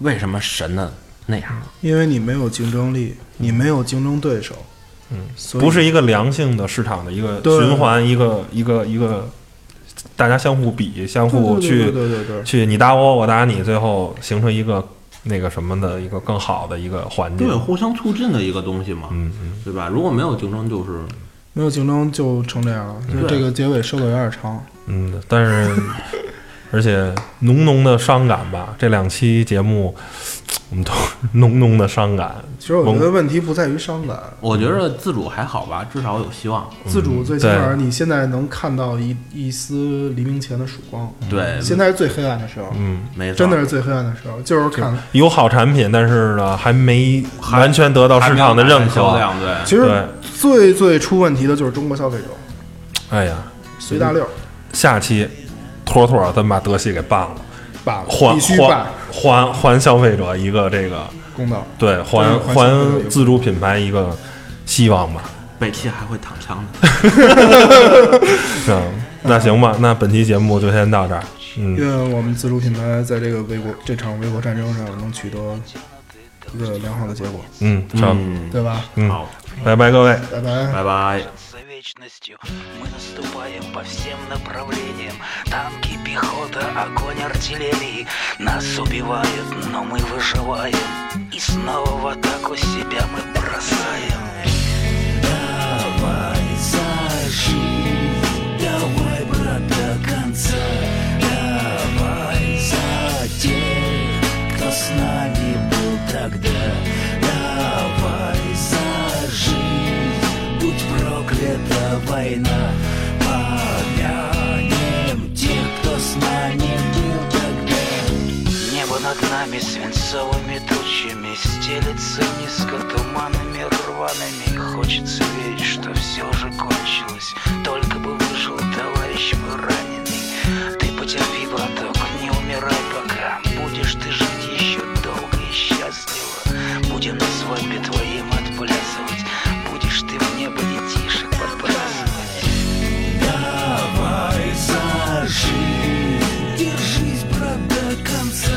B: 为什么神的那样？
C: 因为你没有竞争力，你没有竞争对手，嗯，所以
A: 不是一个良性的市场的一个
C: 对
A: 循环，一个一个一个，大家相互比，相
C: 对
A: 互
C: 对
A: 去
C: 对对对对
A: 去你打我，我打你，最后形成一个那个什么的一个更好的一个环境
B: 对，。互相促进的一个东西嘛，
A: 嗯嗯，
B: 对吧？如果没有竞争，就是
C: 没有竞争就成这样了。就
B: 对
C: 这个结尾收的有点长，
A: 嗯，但是 (laughs) 而且浓浓的伤感吧，这两期节目我们都浓浓的伤感。
C: 其实我觉得问题不在于伤感，
B: 我觉得自主还好吧，至少有希望。
C: 自主最起码你现在能看到一一丝黎明前的曙光。
B: 对，
C: 现在是最黑暗的时候，
A: 嗯，
B: 没错，
C: 真的是最黑暗的时候，就是看。
A: 有好产品，但是呢，还没完全得到市场的认可。啊
B: 销量，对，
C: 其实
A: 对
C: 最最出问题的就是中国消费者，
A: 哎呀，
C: 随大溜儿，
A: 下期妥妥咱们把德系给办了，
C: 办了，
A: 还
C: 必须
A: 还
C: 办
A: 还还消费者一个这个
C: 公道。
A: 对还
C: 还消费者一
A: 还
C: 个
A: 自主品牌一个希望吧。
B: 北汽还会躺枪的。
A: 嗯，那行吧，那本期节目就先到这儿。嗯，
C: 愿我们自主品牌在这个卫国这场卫国战争上能取得一个良好的结果，
A: 嗯，成，
B: 嗯，
C: 对吧？
A: 嗯，
B: 好，
A: 拜拜各位。
C: 拜拜。
B: 拜拜。
E: за вечностью Мы наступаем по всем направлениям Танки, пехота, огонь артиллерии Нас убивают, но мы выживаем И снова в атаку себя мы бросаем Давай зажить Давай, брат, до конца Давай за тех, кто с нами был тогда Давай за жизнь, будь проклята война Помянем тех, кто с нами был тогда Небо над нами свинцовыми тучами Стелится низко туманами рваными Хочется верить, что все же кончилось Только бы выжил товарищ мой раненый Ты потерпи, браток, не умирай пока Будешь ты жить еще долго и счастливо Будем на свадьбе твоим отплясывать Будешь ты в небо детишек подбрасывать Давай за жизнь, держись, брат, до конца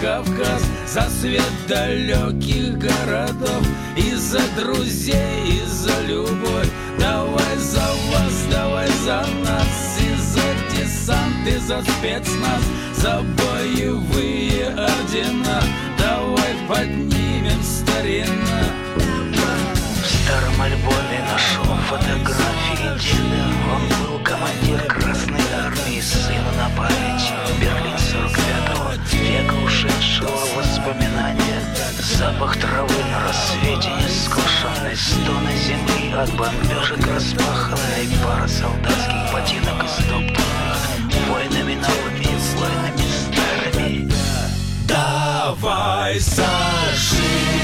E: Кавказ, за свет далеких городов, и за друзей, и за любовь. Давай за вас, давай за нас, и за десант, и за спецназ, за боевые ордена. Давай поднимем старина. В старом альбоме нашел фотографии деда Он был командир Красной Армии, сына на память Берлин 45 века ушедшего воспоминания Запах травы на рассвете несклашенной Стоны земли от бомбежек распаханной Пара солдатских ботинок истоптанных Войнами новыми, войнами старыми Давай сожжем